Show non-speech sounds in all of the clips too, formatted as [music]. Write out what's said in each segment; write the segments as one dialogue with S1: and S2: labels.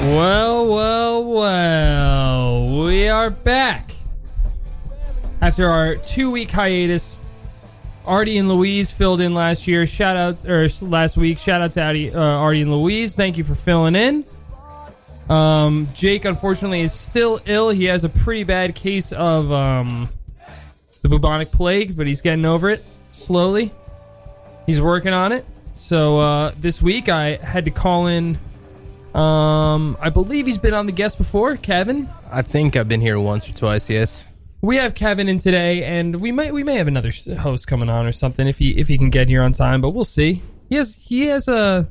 S1: Well, well, well. We are back. After our two week hiatus, Artie and Louise filled in last year. Shout out, or last week. Shout out to Artie, uh, Artie and Louise. Thank you for filling in. Um, Jake, unfortunately, is still ill. He has a pretty bad case of um, the bubonic plague, but he's getting over it slowly. He's working on it. So uh, this week, I had to call in. Um, I believe he's been on the guest before, Kevin.
S2: I think I've been here once or twice. Yes.
S1: We have Kevin in today, and we might we may have another s- host coming on or something if he if he can get here on time. But we'll see. He has he has a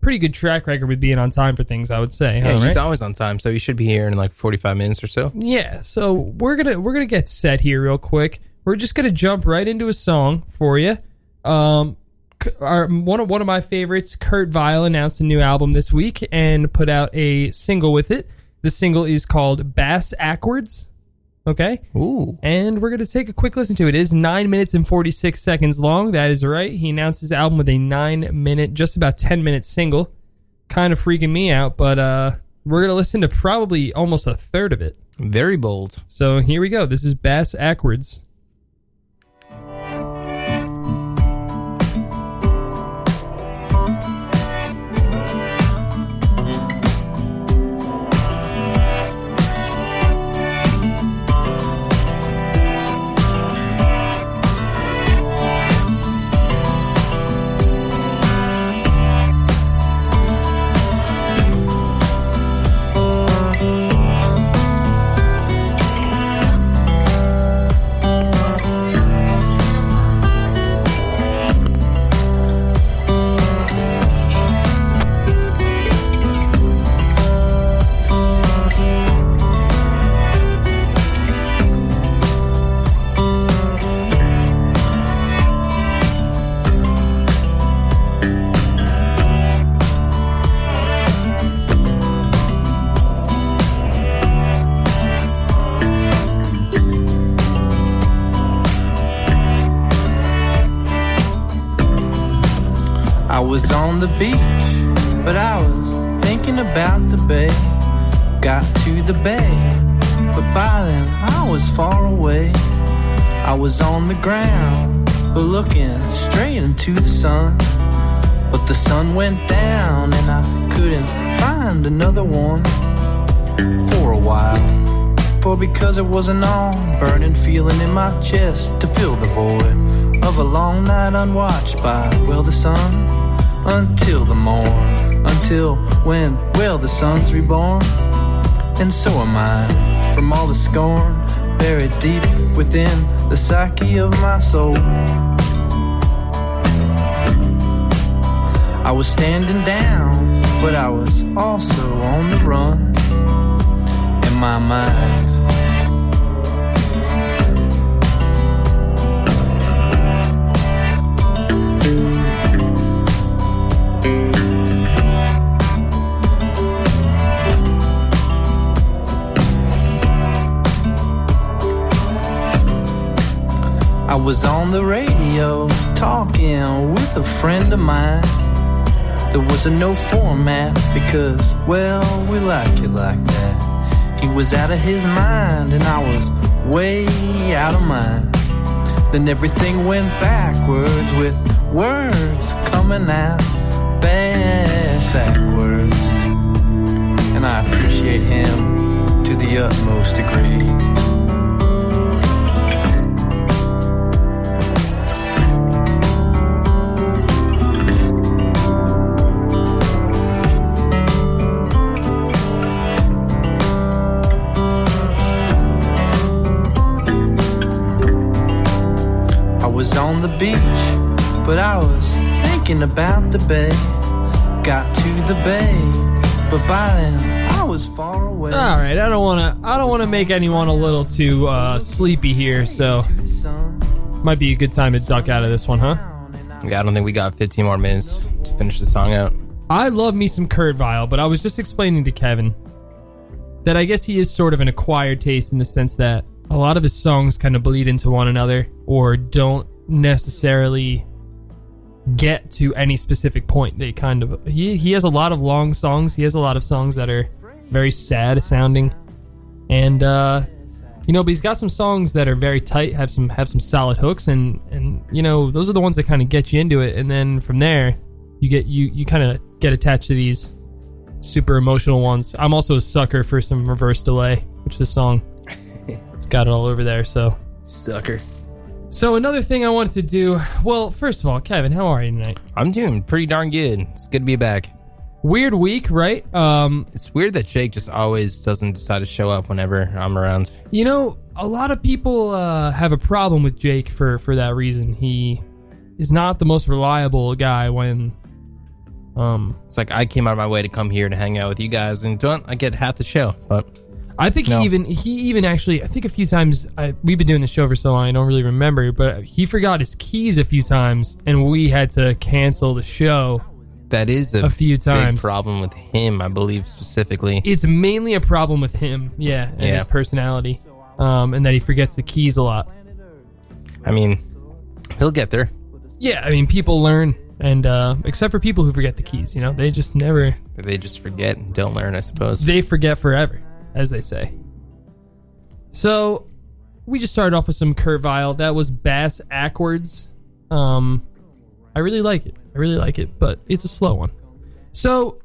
S1: pretty good track record with being on time for things. I would say.
S2: Yeah,
S1: huh,
S2: he's
S1: right?
S2: always on time, so he should be here in like 45 minutes or so.
S1: Yeah, so we're gonna we're gonna get set here real quick. We're just gonna jump right into a song for you. Um, c- our, one of one of my favorites, Kurt Vile, announced a new album this week and put out a single with it. The single is called Bass Ackwards. Okay,
S2: Ooh.
S1: and we're gonna take a quick listen to it. It is nine minutes and forty six seconds long. That is right. He announced his album with a nine minute, just about ten minute single. Kind of freaking me out, but uh, we're gonna listen to probably almost a third of it.
S2: Very bold.
S1: So here we go. This is Bass Ackwards.
S3: I was on the beach, but I was thinking about the bay. Got to the bay, but by then I was far away. I was on the ground, but looking straight into the sun. But the sun went down, and I couldn't find another one for a while. For because it was an all burning feeling in my chest to fill the void of a long night unwatched by, well, the sun until the morn, until when, well, the sun's reborn. And so am I from all the scorn buried deep within the psyche of my soul. I was standing down, but I was also on the run in my mind. I was on the radio talking with a friend of mine. There was a no format because, well, we like it like that. He was out of his mind and I was way out of mine. Then everything went backwards with words coming out bass backwards. And I appreciate him to the utmost degree. I was on the beach, but I was thinking thinking about the bay. Got to the bay, but by then I was far away.
S1: All right, I don't want to. I don't want to make anyone a little too uh, sleepy here, so
S3: Sun
S1: might be a good time to duck out of this one, huh?
S3: down and I
S2: Yeah, I don't think we got 15 more minutes to finish the song out.
S1: I love me some Kurt Vile, but I was just explaining to Kevin that I guess he is sort of an acquired taste in the sense that a lot of his songs kind of bleed into one another or don't necessarily get to any specific point. They kind of he he has a lot of long songs. He has a lot of songs that are very sad sounding, and uh, you know, but he's got some songs that are very tight, have some have some solid hooks, and and you know those are the ones that kind of get you into it, and then from there you get you you kind of get attached to these super emotional ones. I'm also a sucker for some reverse delay, which this song it's got it all over there. So
S2: Sucker.
S1: so another thing I wanted to do. Well, first of all, Kevin, how are you tonight?
S2: I'm doing pretty darn good. It's good to be back.
S1: Weird week, right? Um,
S2: It's weird that Jake just always doesn't decide to show up whenever I'm around.
S1: You know, a lot of people uh, have a problem with Jake for for that reason. He is not the most reliable guy when. Um,
S2: It's like I came out of my way to come here to hang out with you guys, and don't I get half the show? But
S1: I think
S2: No.
S1: he even he even actually I think a few times I, we've been doing the show for so long I don't really remember, but he forgot his keys a few times and we had to cancel the show.
S2: that is a,
S1: A few times.
S2: big problem with him, I believe specifically.
S1: It's mainly a problem with him, yeah, and
S2: Yeah.
S1: his personality, um, and that he forgets the keys a lot.
S2: I mean, he'll get there.
S1: Yeah, I mean people learn, and uh, except for people who forget the keys, you know, they just never
S2: They just forget and don't learn, I suppose.
S1: they forget forever, as they say. So, we just started off with some Kurt Vile. That was Bass Ackwards. Um, I really like it. I really like it, but it's a slow one. So,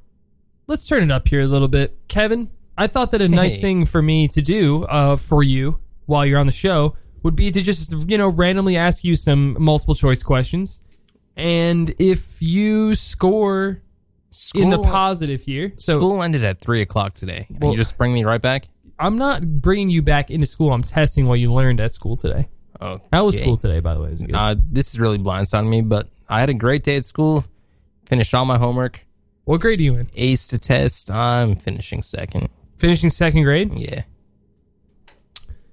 S1: let's turn it up here a little bit. Kevin, I thought that a nice
S2: Hey.
S1: thing for me to do uh, for you while you're on the show would be to just, you know, randomly ask you some multiple choice questions. And if you score
S2: school,
S1: in the positive here, so
S2: school ended at three o'clock today. and
S1: Well-
S2: you just bring me right back.
S1: I'm not bringing you back into school. I'm testing what you learned at school today.
S2: Oh,
S1: How was school today, by the way? It was good.
S2: Uh, this is really blindsiding me, but I had a great day at school. Finished all my homework,
S1: what grade are you in?
S2: aced a test. I'm finishing second.
S1: Finishing second grade,
S2: Yeah,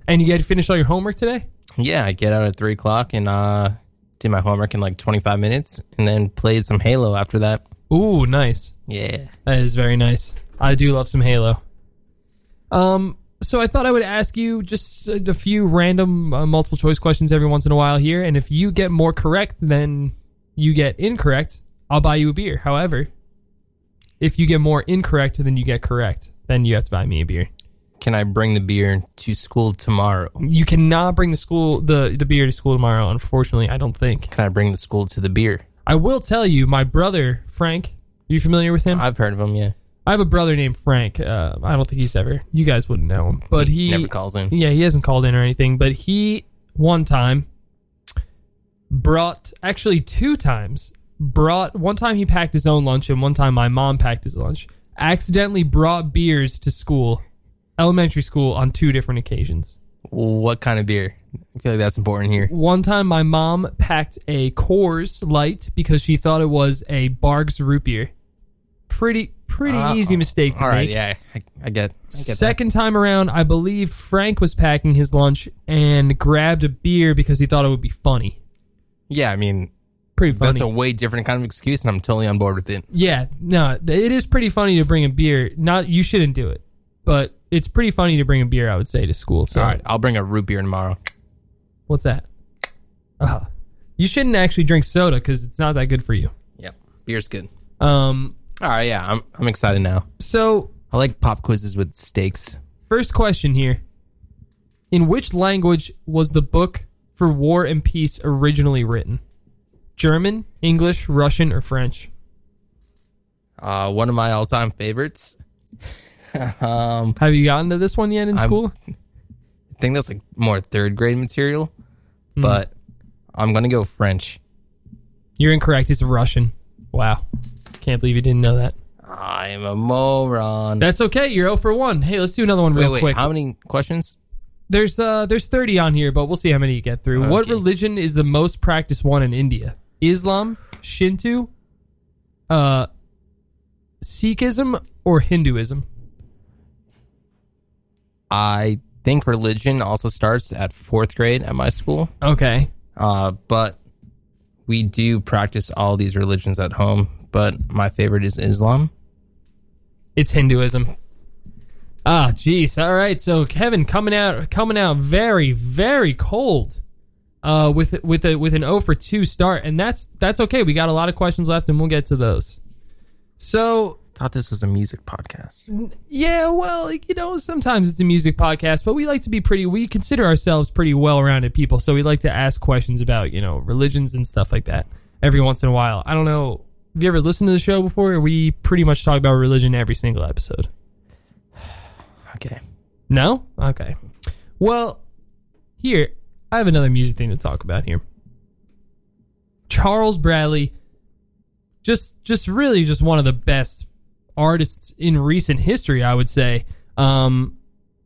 S1: and you had to finish all your homework today.
S2: yeah. I get out at three o'clock and uh, did my homework in like 25 minutes, and then played some Halo after that.
S1: Ooh, nice.
S2: Yeah.
S1: That is very nice. I do love some Halo. Um, so I thought I would ask you just a, a few random uh, multiple choice questions every once in a while here, and if you get more correct than you get incorrect, I'll buy you a beer. However, if you get more incorrect than you get correct, then you have to buy me a beer.
S2: Can I bring the beer to school tomorrow?
S1: You cannot bring the school the the beer to school tomorrow. Unfortunately, I don't think.
S2: Can I bring the school to the beer?
S1: I will tell you, my brother Frank. Are you familiar with him? I,
S2: I've heard of them. Yeah.
S1: have a brother named Frank. Uh, I don't think he's ever. You guys wouldn't know him, but he,
S2: never calls in.
S1: Yeah, he hasn't called in or anything. But he one time brought actually two times brought one time he packed his own lunch and one time my mom packed his lunch. Accidentally brought beers to school, elementary school, on two different occasions.
S2: What kind of beer? I feel like that's important here.
S1: One time, my mom packed a Coors Light because she thought it was a Barg's root beer. Pretty, pretty
S2: Uh,
S1: easy mistake to
S2: All
S1: make.
S2: right. Yeah. I, I get. I get that.
S1: Second time around, I believe Frank was packing his lunch and grabbed a beer because he thought it would be funny.
S2: Yeah. I mean,
S1: Pretty funny.
S2: That's a way different kind of excuse, and I'm totally on board with it.
S1: yeah, no, th- it is pretty funny to bring a beer. Not you shouldn't do it, but it's pretty funny to bring a beer. I would say to school. So
S2: All right, I'll bring a root beer tomorrow.
S1: what's that? Uh, you shouldn't actually drink soda because it's not that good for you.
S2: Yep, beer's good.
S1: Um,
S2: All right, yeah, I'm I'm excited now.
S1: so
S2: I like pop quizzes with steaks.
S1: First question here. In which language was the book for War and Peace originally written? German, English, Russian, or French?
S2: Uh, one of my all-time favorites. um,
S1: Have you gotten to this one yet in
S2: I'm-
S1: school?
S2: I think that's like more third grade material,
S1: Hmm.
S2: but I'm gonna go French.
S1: You're incorrect. It's Russian. Wow. Can't believe you didn't know that.
S2: I'm a moron.
S1: That's okay. You're 0 for 1. Hey, let's do another one
S2: wait,
S1: real
S2: wait,
S1: quick.
S2: how many questions?
S1: there's uh there's 30 on here, but we'll see how many you get through. What
S2: Okay.
S1: religion is the most practiced one in India? Islam, Shinto, uh, Sikhism or Hinduism?
S2: I think religion also starts at fourth grade at my school,
S1: Okay.
S2: uh, but we do practice all these religions at home. But my favorite is Islam.
S1: It's Hinduism. Ah, jeez. All right. So Kevin coming out, coming out very, very cold. Uh, with with a with an O for two start, and that's that's okay. We got a lot of questions left, and we'll get to those. So
S2: Thought this was a music podcast.
S1: yeah, well, like, you know, sometimes it's a music podcast, but we like to be pretty. We consider ourselves pretty well-rounded people, so we like to ask questions about you know religions and stuff like that every once in a while. I don't know. Have you ever listened to the show before? We pretty much talk about religion every single episode.
S2: Okay.
S1: No? Okay. Well, here, I have another music thing to talk about here. Charles Bradley just just really just one of the best artists in recent history, I would say. Um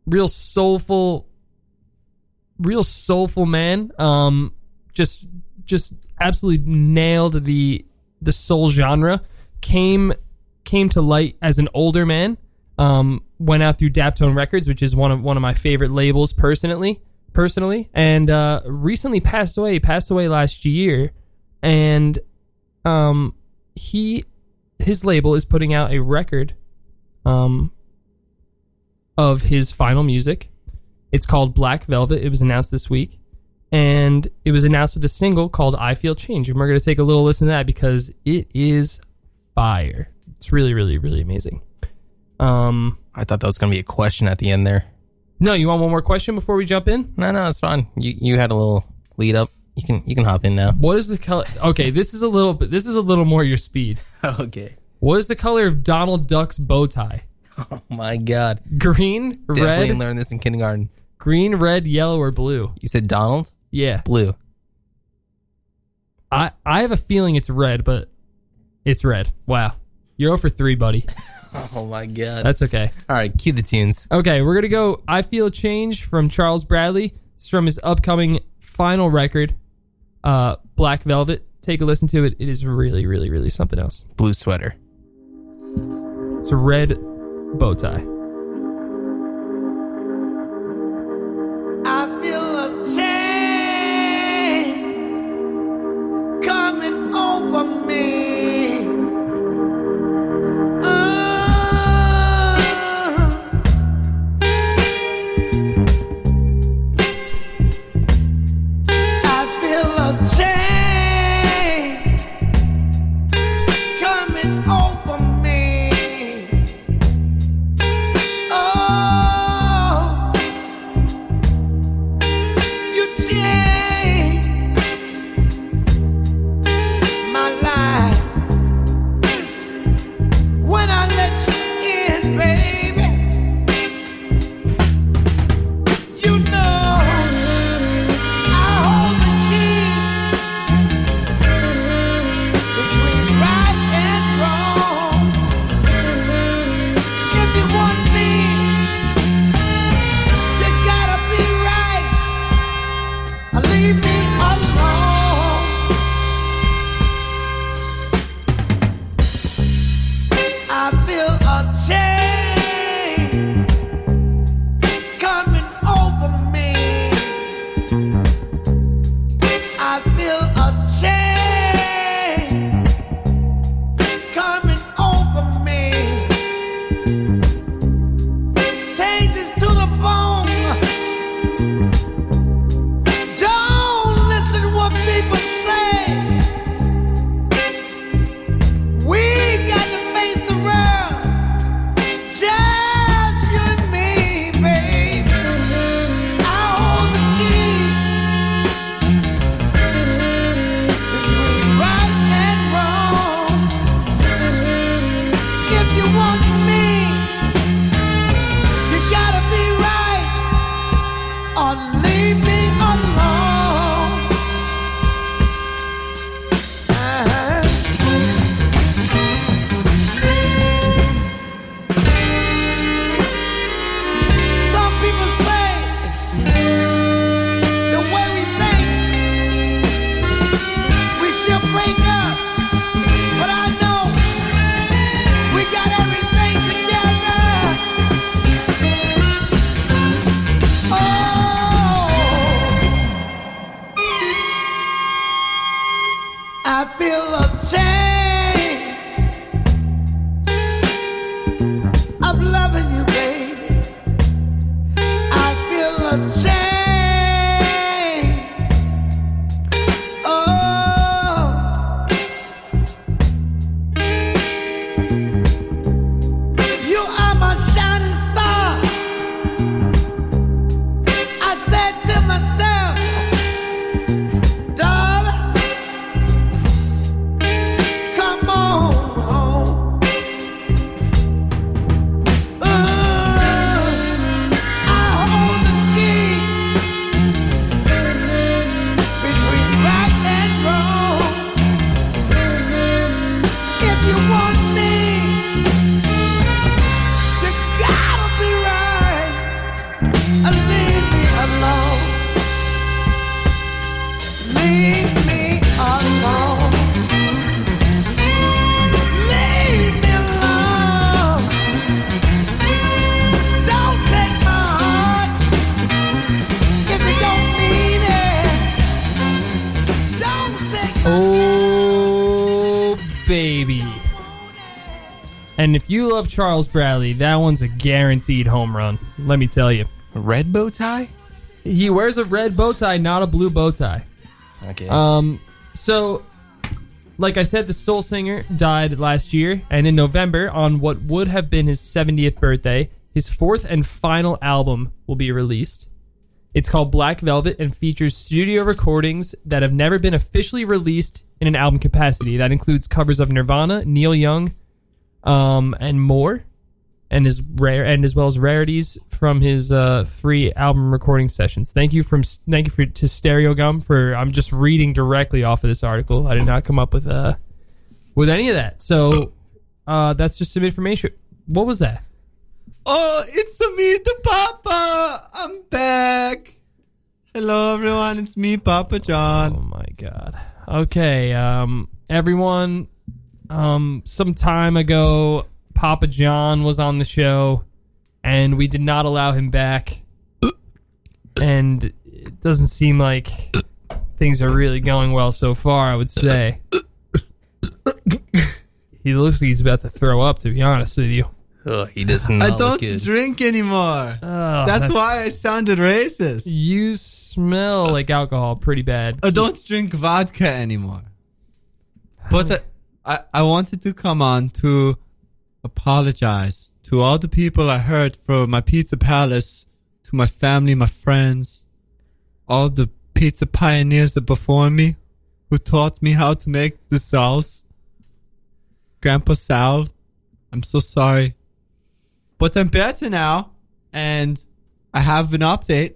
S1: real soulful real soulful man. Um just just absolutely nailed the the soul genre. Came came to light as an older man. Um, went out through Daptone Records, which is one of one of my favorite labels personally. Personally, and uh, recently passed away. Passed away last year, and um, he his label is putting out a record um, of his final music. It's called Black Velvet. It was announced this week, and it was announced with a single called "I Feel Change." And we're going to take a little listen to that because it is fire. It's really, really, really amazing. Um,
S2: I thought that was going to be a question at the end there.
S1: no, you want one more question before we jump in?
S2: No, no, it's fine. You you had a little lead up. You can you can hop in now.
S1: What is the color? Okay, this is a little bit. This is a little more your speed.
S2: [laughs] Okay.
S1: What is the color of Donald Duck's bow tie?
S2: Oh my god.
S1: Green,
S2: Definitely
S1: red,
S2: learned this in kindergarten.
S1: green, red, yellow, or blue?
S2: You said Donald?
S1: Yeah,
S2: Blue.
S1: I I have a feeling it's red, but it's red. Wow, you're over three, buddy.
S2: Oh my god.
S1: That's okay.
S2: All right, cue the tunes.
S1: Okay, we're gonna go. I feel change from Charles Bradley. It's from his upcoming final record, uh, Black Velvet. Take a listen to it. It is really, really, really something else.
S2: Blue sweater.
S1: It's a red bow tie.
S4: I feel a change coming over me. Uh-huh. Ah. I feel a change coming over me. Oh. You changed my life when I let you in, baby. You know I hold the key between right and wrong. Uh-huh. Oh, shame of loving you, baby. I feel a shame. Oh, you are my shining star. I said to myself, darling. Come on home. Uh, I hold the key between right and wrong. If you want me, you gotta be right and leave me alone. Leave me alone. Leave me alone. Don't take my heart if you don't mean it. Don't take my
S1: Oh, baby. And if you love Charles Bradley, that one's a guaranteed home run. Let me tell you.
S2: Red bow tie?
S1: He wears a red bow tie, not a blue bow tie.
S2: Okay.
S1: Um, so, like I said, the soul singer died last year, and in November, on what would have been his 70th birthday, his fourth and final album will be released. It's called Black Velvet and features studio recordings that have never been officially released in an album capacity. That includes covers of Nirvana, Neil Young, um, and more, and is rare and as well as rarities from his uh, free album recording sessions. Thank you from thank you for to Stereo Gum for I'm just reading directly off of this article. I did not come up with uh with any of that. So uh, that's just some information. What was that?
S5: Oh, it's me, the Papa. I'm back. Hello, everyone. It's me, Papa
S1: Oh
S5: John.
S1: my god. Okay, um everyone um some time ago Papa John was on the show and we did not allow him back. And it doesn't seem like things are really going well so far, I would say. He looks like he's about to throw up to be honest with you.
S2: Ugh, Oh, he does not
S5: I don't
S2: look good.
S5: drink anymore.
S1: Oh,
S5: that's, why I sounded racist.
S1: you smell like alcohol pretty bad.
S5: I don't drink vodka anymore. But uh, I, I wanted to come on to apologize to all the people I hurt for my pizza palace, to my family, my friends, all the pizza pioneers that before me who taught me how to make the sauce. Grandpa Sal, I'm so sorry. But I'm better now, and I have an update.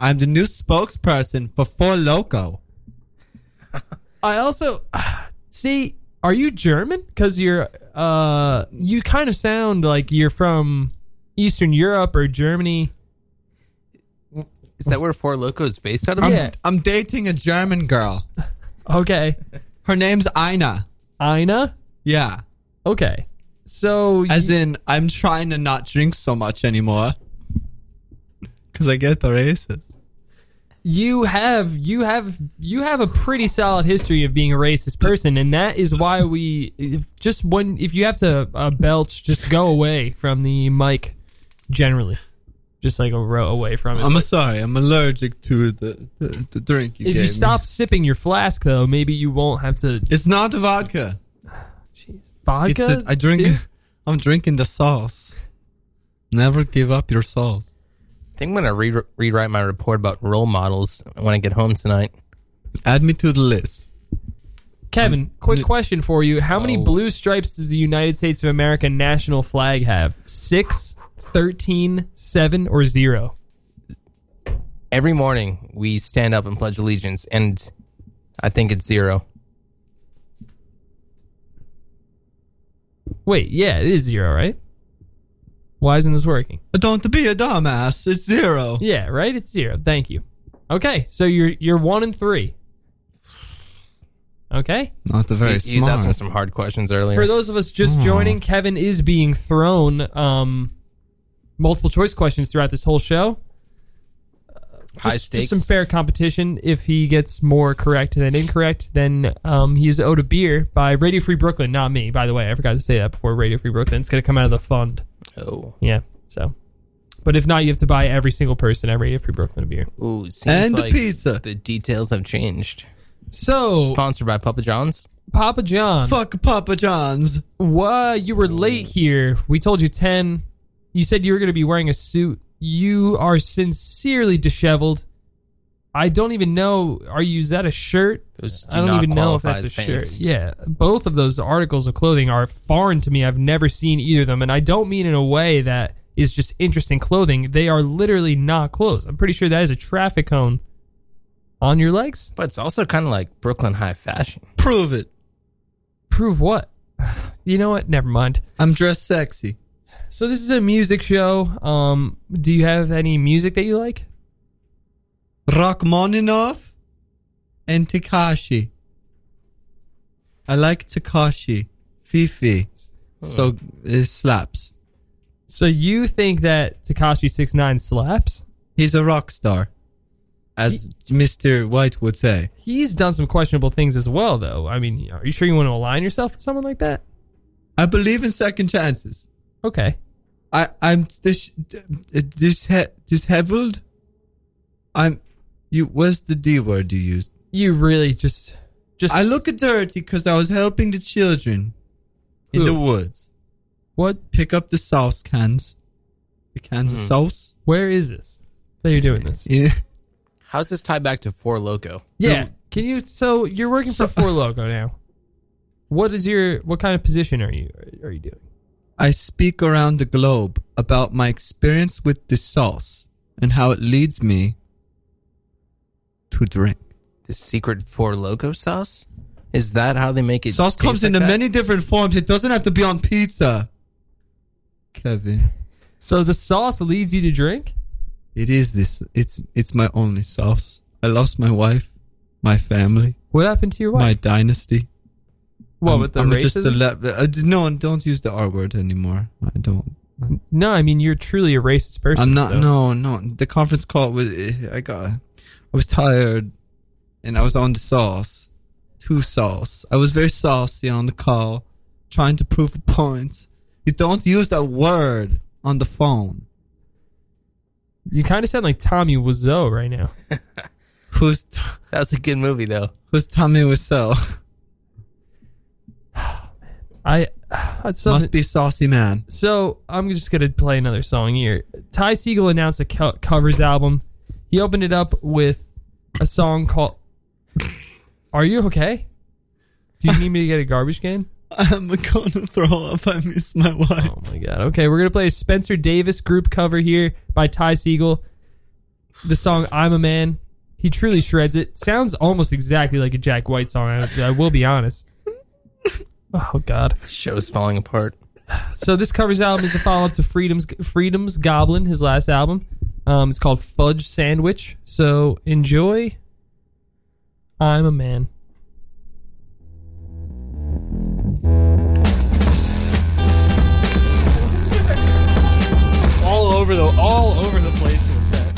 S5: I'm the new spokesperson for Four Loco.
S1: I also [sighs] see. Are you German? Because you're, uh, you kind of sound like you're from Eastern Europe or Germany.
S2: Is that where Four Loco is based out of?
S5: I'm,
S1: Yeah.
S5: I'm dating a German girl.
S1: Okay,
S5: Her name's Ina.
S1: Ina.
S5: Yeah.
S1: Okay, so
S5: As
S1: you-
S5: in, I'm trying to not drink so much anymore. Because I get the racist.
S1: you have you have you have a pretty solid history of being a racist person, and that is why we if just when if you have to uh, belch, just go away from the mic. Generally, just like a row away from it.
S5: I'm sorry. I'm allergic to the, the, the drink you
S1: if
S5: gave
S1: you
S5: me.
S1: stop sipping your flask, though, maybe you won't have to
S5: It's not the vodka. It's
S1: vodka.
S5: a, I drink. [laughs]
S1: too?
S5: I'm drinking the sauce. Never give up your sauce.
S2: I think I'm gonna re- rewrite my report about role models when I get home tonight.
S5: Add me to the list.
S1: Kevin, quick question for you. How
S5: Oh.
S1: many blue stripes does the United States of America national flag have? Six, 13, seven, or zero?
S2: Every morning we stand up and pledge allegiance, and I think it's zero.
S1: Wait, yeah, it is zero, right? Why isn't this working?
S5: Don't be a dumbass. It's zero.
S1: Yeah, right? It's zero. Thank you. Okay, so you're you're one and three. Okay.
S5: Not the very
S2: He was
S5: smart.
S2: asking some hard questions earlier.
S1: For those of us
S6: Hmm.
S1: just joining, Kevin is being thrown um, multiple choice questions throughout this whole show. just-
S6: High
S1: just
S6: stakes.
S1: some fair competition. If he gets more correct than incorrect, then um, he's owed a beer by Radio Free Brooklyn, not me, by the way. I forgot to say that before Radio Free Brooklyn. It's going to come out of the fund.
S2: Oh,
S1: Yeah, so. But if not, you have to buy every single person at Radio Free Brooklyn a beer.
S2: ooh, it seems
S5: And the
S2: like
S5: pizza.
S2: The details have changed.
S1: So,
S2: Sponsored by Papa John's.
S1: Papa John,
S5: Fuck Papa John's.
S1: what you were late here. We told you 10. You said you were going to be wearing a suit. You are sincerely disheveled. I don't even know. Are you, is that a shirt?
S2: Those do
S1: I don't
S2: not
S1: even know if
S2: qualify
S1: that's a
S2: as pants.
S1: shirt. Yeah, both of those articles of clothing are foreign to me. I've never seen either of them, and I don't mean in a way that is just interesting clothing. They are literally not clothes. I'm pretty sure that is a traffic cone on your legs.
S2: But it's also kind of like Brooklyn high fashion.
S5: Prove it.
S1: Prove what? [sighs] You know what? Never mind.
S5: I'm dressed sexy.
S1: So this is a music show. Um, do you have any music that you like?
S5: Rachmaninoff and Takashi. I like Takashi. Fifi. So it slaps.
S1: So you think that Takashi 69 slaps?
S5: He's a rock star, as Mr. White would say.
S1: He's done some questionable things as well, though. I mean, are you sure you want to align yourself with someone like that?
S5: I believe in second chances.
S1: Okay.
S5: I, I'm dis, dis, disheveled. I'm. You. Where's the D word you used?
S1: you really just just
S5: I look dirty because I was helping the children in
S1: Who?
S5: the woods
S1: what
S5: pick up the sauce cans, the cans
S1: Hmm.
S5: of sauce.
S1: where is this that you're doing this
S5: Yeah.
S2: How's this tie back to Four Loco?
S1: yeah can you so you're working for four logo now what is your what kind of position are you are you doing
S5: I speak around the globe about my experience with the sauce and how it leads me to drink.
S2: The secret Four Loco sauce? Is that how they make it?
S5: sauce
S2: taste
S5: comes
S2: like
S5: in a
S2: that?
S5: many different forms. It doesn't have to be on pizza. Kevin,
S1: so the sauce leads you to drink
S5: it is this. It's it's my only sauce. I lost my wife, my family,
S1: what happened to your
S5: my
S1: wife
S5: dynasty.
S1: what
S5: I'm-
S1: with the
S5: I'm
S1: racism
S5: just a le- I d- no, don't use the R word anymore. I don't.
S1: no i mean you're truly a racist person
S5: I'm not.
S1: so-
S5: No, no. The conference call was. eh, I got. I was tired, and I was on the sauce, too sauce. I was very saucy on the call, trying to prove a point. You don't use that word on the phone.
S1: you kind of sound like tommy Wiseau right now
S5: Who's t-
S2: That was a good movie though.
S5: who's Tommy Wiseau?
S1: i [sighs] that's something-
S5: Must be saucy man.
S1: So I'm just gonna play another song here. Ty Segall announced a co- covers album. He opened it up with a song called [laughs] "Are You Okay?" Do you need me to get a garbage can?
S5: [laughs] I'm gonna throw up. I miss my wife.
S1: Oh my god. Okay, we're gonna play a Spencer Davis group cover here by Ty Segall. The song "I'm a Man." He truly shreds it. Sounds almost exactly like a Jack White song. I, I will be honest. Oh god.
S2: Show's falling apart.
S1: So this covers album is the follow up to Freedom's Freedom's Goblin, his last album. Um, it's called Fudge Sandwich. So enjoy. I'm a man. All over the all over the place. with that.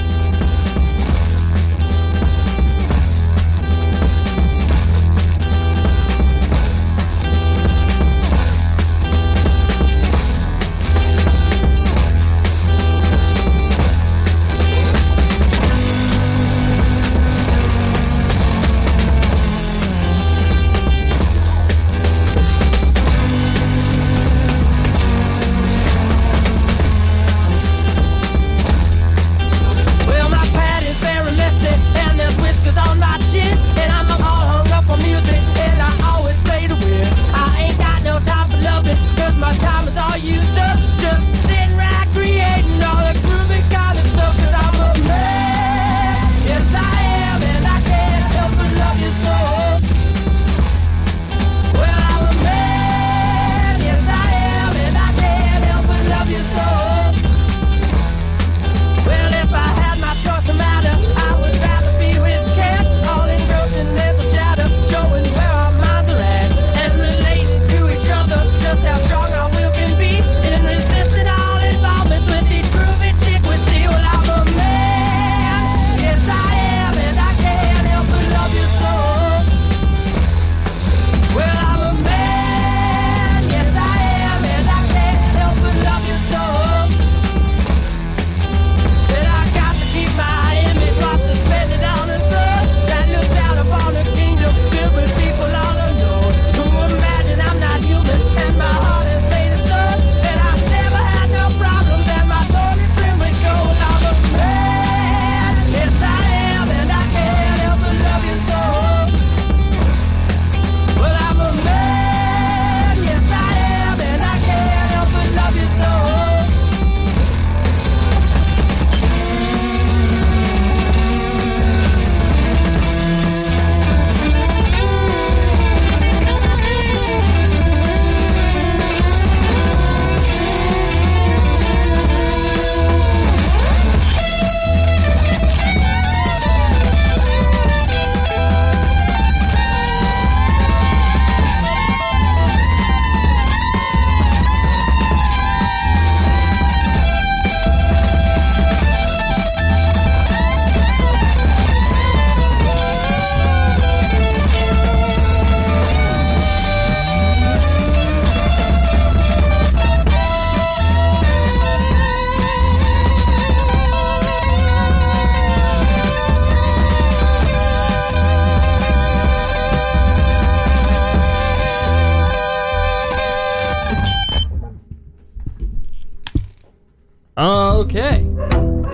S1: Okay.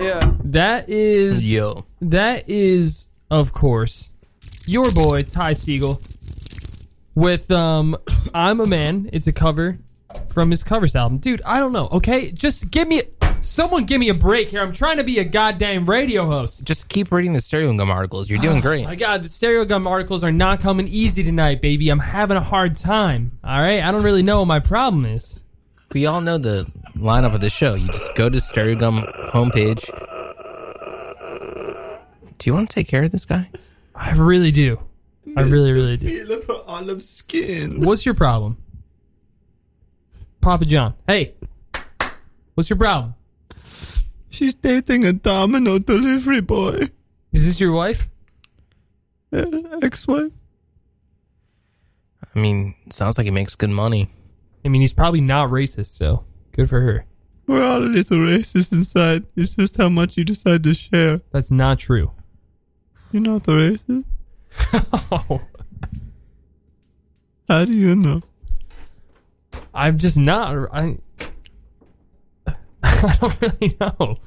S6: Yeah.
S1: That is
S2: Yo.
S1: That is, of course, your boy Ty Siegel with um I'm a Man. It's a cover from his covers album. Dude, I don't know, okay? Just give me someone give me a break here. I'm trying to be a goddamn radio host.
S2: Just keep reading the Stereo Gum articles. You're doing great.
S1: My [sighs] god, the stereo gum articles are not coming easy tonight, baby. I'm having a hard time. Alright? I don't really know what my problem is.
S2: we all know the lineup of the show. You just go to Stereo Gum homepage. Do you want to take care of this guy?
S1: I really do. I really, really do.
S5: Feel of her olive skin.
S1: What's your problem? Papa John. Hey. What's your problem?
S5: She's dating a Domino delivery boy. [laughs]
S1: Is this your wife?
S5: Ex-wife.
S2: I mean, sounds like he makes good money.
S1: I mean, he's probably not racist, so good for her.
S5: We're all a little racist inside. It's just how much you decide to share.
S1: That's not true.
S5: You're not a racist.
S1: Oh,
S5: How do you know?
S1: [laughs] I'm just not. I, [laughs] I don't really know.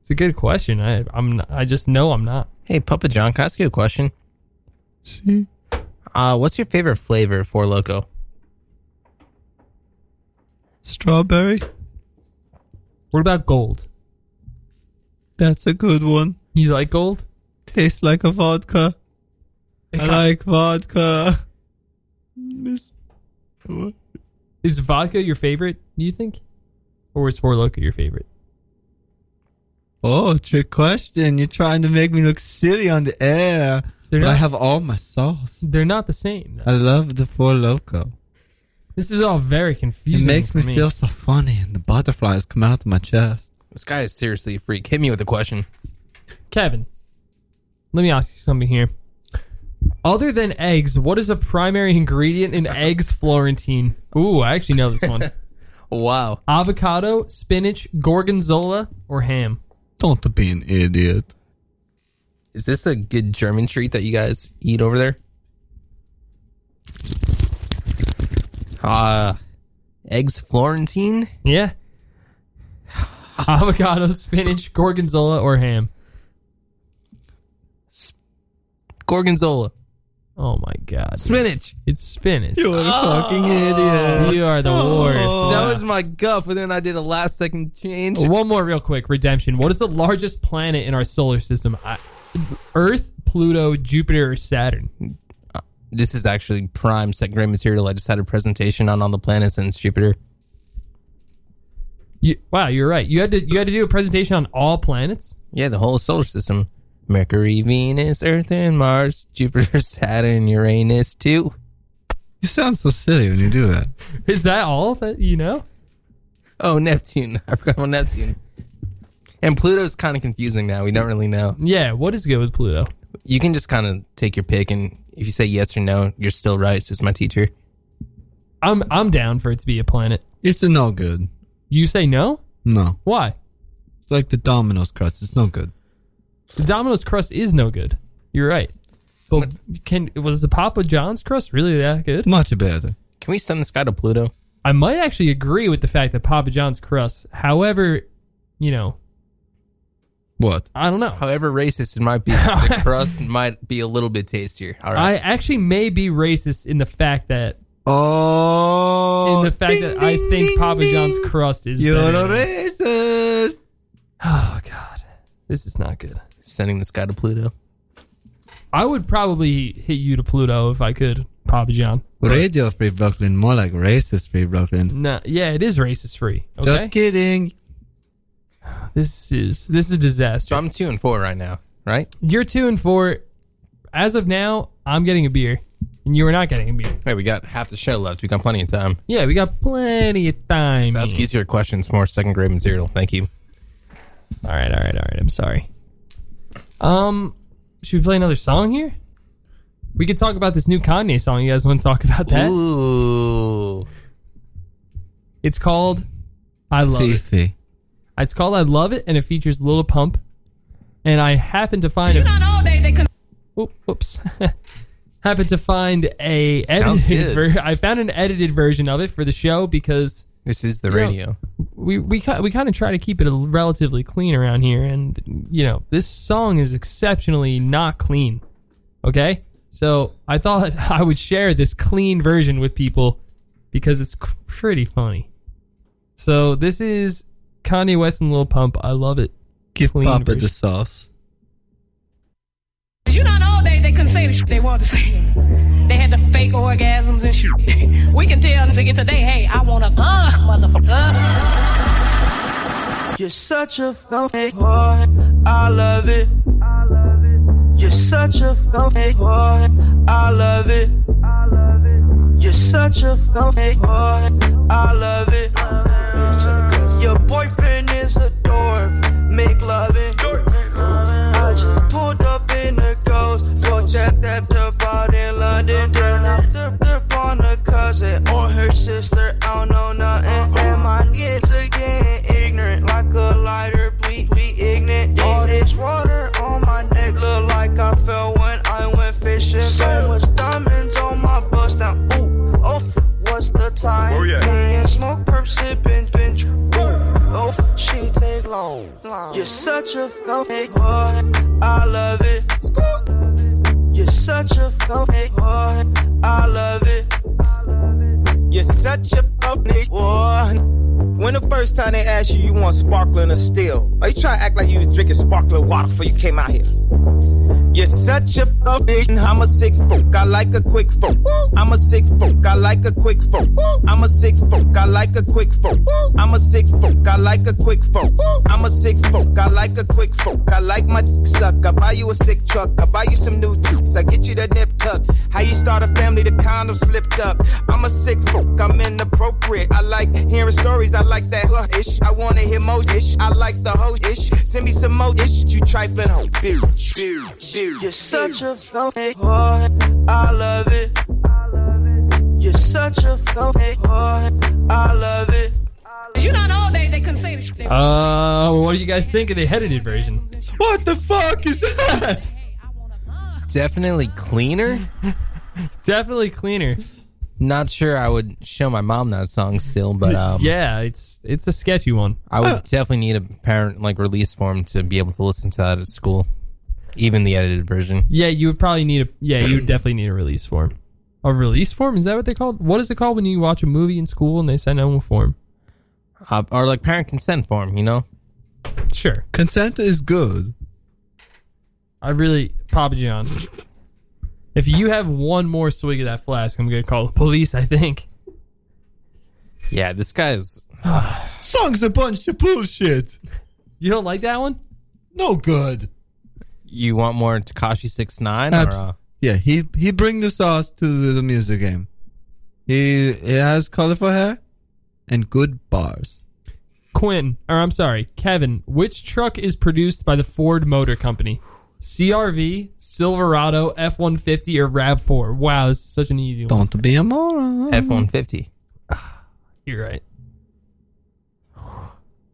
S1: It's a good question. I, I'm. Not, I just know I'm not.
S2: Hey, Papa John, can I ask you a question?
S5: See?
S2: Uh, what's your favorite flavor for Loco?
S5: Strawberry?
S1: What about gold?
S5: That's a good one.
S1: You like gold?
S5: Tastes like a vodka.
S1: It
S5: I
S1: ki-
S5: like vodka. Miss. What?
S1: Is vodka your favorite? Do you think, or is Four Loko your favorite?
S5: Oh, trick question. You're trying to make me look silly on the air.
S1: They're
S5: but I
S1: not-
S5: have all my sauce.
S1: They're not the same. though.
S5: I love the Four Loco.
S1: This is all very
S5: It
S1: confusing.
S5: makes
S1: for
S5: me feel so funny and the butterflies come out of my chest.
S2: This guy is seriously a freak. Hit me with a question.
S1: Kevin, let me ask you something here. Other than eggs, what is a primary ingredient
S2: [laughs]
S1: in eggs Florentine? Ooh, I actually know this one.
S2: Wow.
S1: Avocado, spinach, gorgonzola, or ham?
S5: Don't be an idiot.
S2: Is this a good German treat that you guys eat over there? Uh, eggs Florentine?
S1: Yeah. [sighs] Avocado, spinach, gorgonzola, or ham?
S2: Gorgonzola.
S1: Oh my god.
S2: Spinach.
S1: It's spinach.
S5: You're a fucking idiot.
S1: You are the worst.
S2: Oh. That was my guff, but then I did a last second change.
S1: One more, real quick. Redemption. What is the largest planet in our solar system? I, Earth, Pluto, Jupiter, or Saturn?
S2: This is actually prime second grade material. I just had a presentation on all the planets and it's Jupiter.
S1: You, wow, you're right. You had to you had to do a presentation on all planets. [laughs]
S2: Yeah, the whole solar system. Mercury, Venus, Earth, and Mars, Jupiter, [laughs] Saturn, Uranus, too.
S5: You sound so silly when you do that.
S1: Is that all that you know?
S2: Oh, Neptune. [laughs] I forgot about Neptune. And Pluto's kind of confusing now. We don't really know.
S1: Yeah. What is good with Pluto?
S2: You can just kind of take your pick, and if you say yes or no, you're still right. It's just my teacher.
S1: I'm I'm down for it to be a planet.
S5: It's a no good.
S1: You say no?
S5: No.
S1: Why?
S5: It's like the Domino's crust. It's no good.
S1: The Domino's crust is no good. You're right. But can was the Papa John's crust really that good?
S5: Much better.
S2: Can we send this guy to Pluto?
S1: I might actually agree with the fact that Papa John's crust, however, you know,
S5: What?
S1: I don't know.
S2: However racist it might [laughs] be, the crust might be a little bit tastier. All right.
S1: I actually may be racist in the fact that
S5: Oh.
S1: in the fact
S5: ding,
S1: that I
S5: ding,
S1: think
S5: ding,
S1: Papa
S5: ding.
S1: John's crust is
S5: You're
S1: better.
S5: a racist.
S1: Oh god. This is not good.
S2: Sending this guy to Pluto.
S1: I would probably hit you to Pluto if I could, Papa John.
S5: Radio Free Brooklyn, more like racist Free Brooklyn.
S1: Nah, yeah, it is racist free. Okay,
S5: Just kidding.
S1: this is this is a disaster.
S2: So I'm two and four right now, right?
S1: You're two and four. As of now, I'm getting a beer, and you are not getting a beer.
S2: Hey, we got half the show left. We got plenty of time.
S1: Yeah, we got plenty of time.
S2: Ask easier questions, more second grade material. Thank you.
S1: All right, all right, all right. I'm sorry. Um, should we play another song here? We could talk about this new Kanye song. You guys want to talk about that?
S2: Ooh.
S1: It's called "I Love
S5: [laughs]
S1: It."
S5: Fifi.
S1: It's called "I Love It," and it features Lil Pump. And I happened to find a Oop, whoops. [laughs] Happened to find a
S2: Sounds
S1: edited
S2: good.
S1: ver- I found an edited version of it for the show because
S2: This is the radio.
S1: w- we we ki- we kind of try to keep it a- relatively clean around here, and you know this song is exceptionally not clean. Okay, so I thought [laughs] I would share this clean version with people because it's c- pretty funny. So this is Kanye West and Lil Pump. I love it.
S5: Give
S1: Clean
S5: Papa
S1: version.
S5: the sauce.
S6: You know, in the old days, they couldn't say the shit they wanted to say. They had the fake orgasms and shit. [laughs] We can tell them today, hey, I want a uh, motherfucker. Uh.
S7: You're such a fake boy. I love it. You're such a fake boy. I love it. You're such a fake boy. I love it. 'Cause Your boyfriend is a dork. Make loving. I just pulled up in the ghost. Fuck that that dip out in London. Then I flip dip on a cousin or her sister. I don't know nothing. And my kids are getting ignorant. Like a lighter, bleed, we ignorant. All this water on my neck look like I fell when I went fishing. So much diamonds on my bust now. Ooh, off. What's the time? Oh, yeah. smoke, perp, sipping, binge. Ooh, oh, f- she take long. long. You're such a fake boy. I love it. You're such a fake boy. I love it.
S8: You're such a funny one. When the first time they asked you, you want sparkling or still? Are you trying to act like you was drinking sparkling water before you came out here? You're such a funny. I'm a sick folk. I like a quick folk. I'm a sick folk. I like a quick folk. I'm a sick folk. I like a quick folk. I'm a sick folk. I like a quick folk. I'm a sick folk. I like a quick folk. I like my dick suck. I buy you a sick truck. I buy you some new toots. I get you that nip tuck. How you start a family? The condom slipped up. I'm a sick folk. I'm inappropriate. I like hearing stories. I like that huh ish. I wanna hear more ish. I like the hoe ish. Send me some more ish. You trifling hoe. Bitch, bitch, bitch.
S7: You're such a fake boy. I love it. You're such a fake boy. I love it.
S6: You know, in the old days, they couldn't say the shit they wanted
S1: Uh, what do you guys think of the edited version?
S5: What the fuck is that?
S6: to say. Hey, I want a uh.
S2: Definitely cleaner.
S1: Definitely cleaner.
S2: Not sure I would show my mom that song still, but um,
S1: yeah, it's it's a sketchy one.
S2: I would definitely need a parent like release form to be able to listen to that at school, even the edited version.
S1: Yeah, you would probably need a yeah, you would definitely need a release form. A release form is that what they called? What is it called when you watch a movie in school and they send out a form?
S2: Uh, or like parent consent form, you know?
S1: Sure,
S5: Consent is good.
S1: I really Papa John. If you have one more swig of that flask, I'm gonna call the police. I think.
S2: Yeah, this guy's
S5: Song's a bunch of bullshit.
S1: You don't like that one?
S5: No good.
S2: you want more Takashi six nine or uh,
S5: Yeah, he he bring the sauce to the, the music game. He he has colorful hair and good bars.
S1: Quinn, or I'm sorry, Kevin. Which truck is produced by the Ford Motor Company? CRV, Silverado, F150, or Rav4? Wow, this is such an easy one.
S5: Don't be a moron.
S2: F one fifty.
S1: You're right.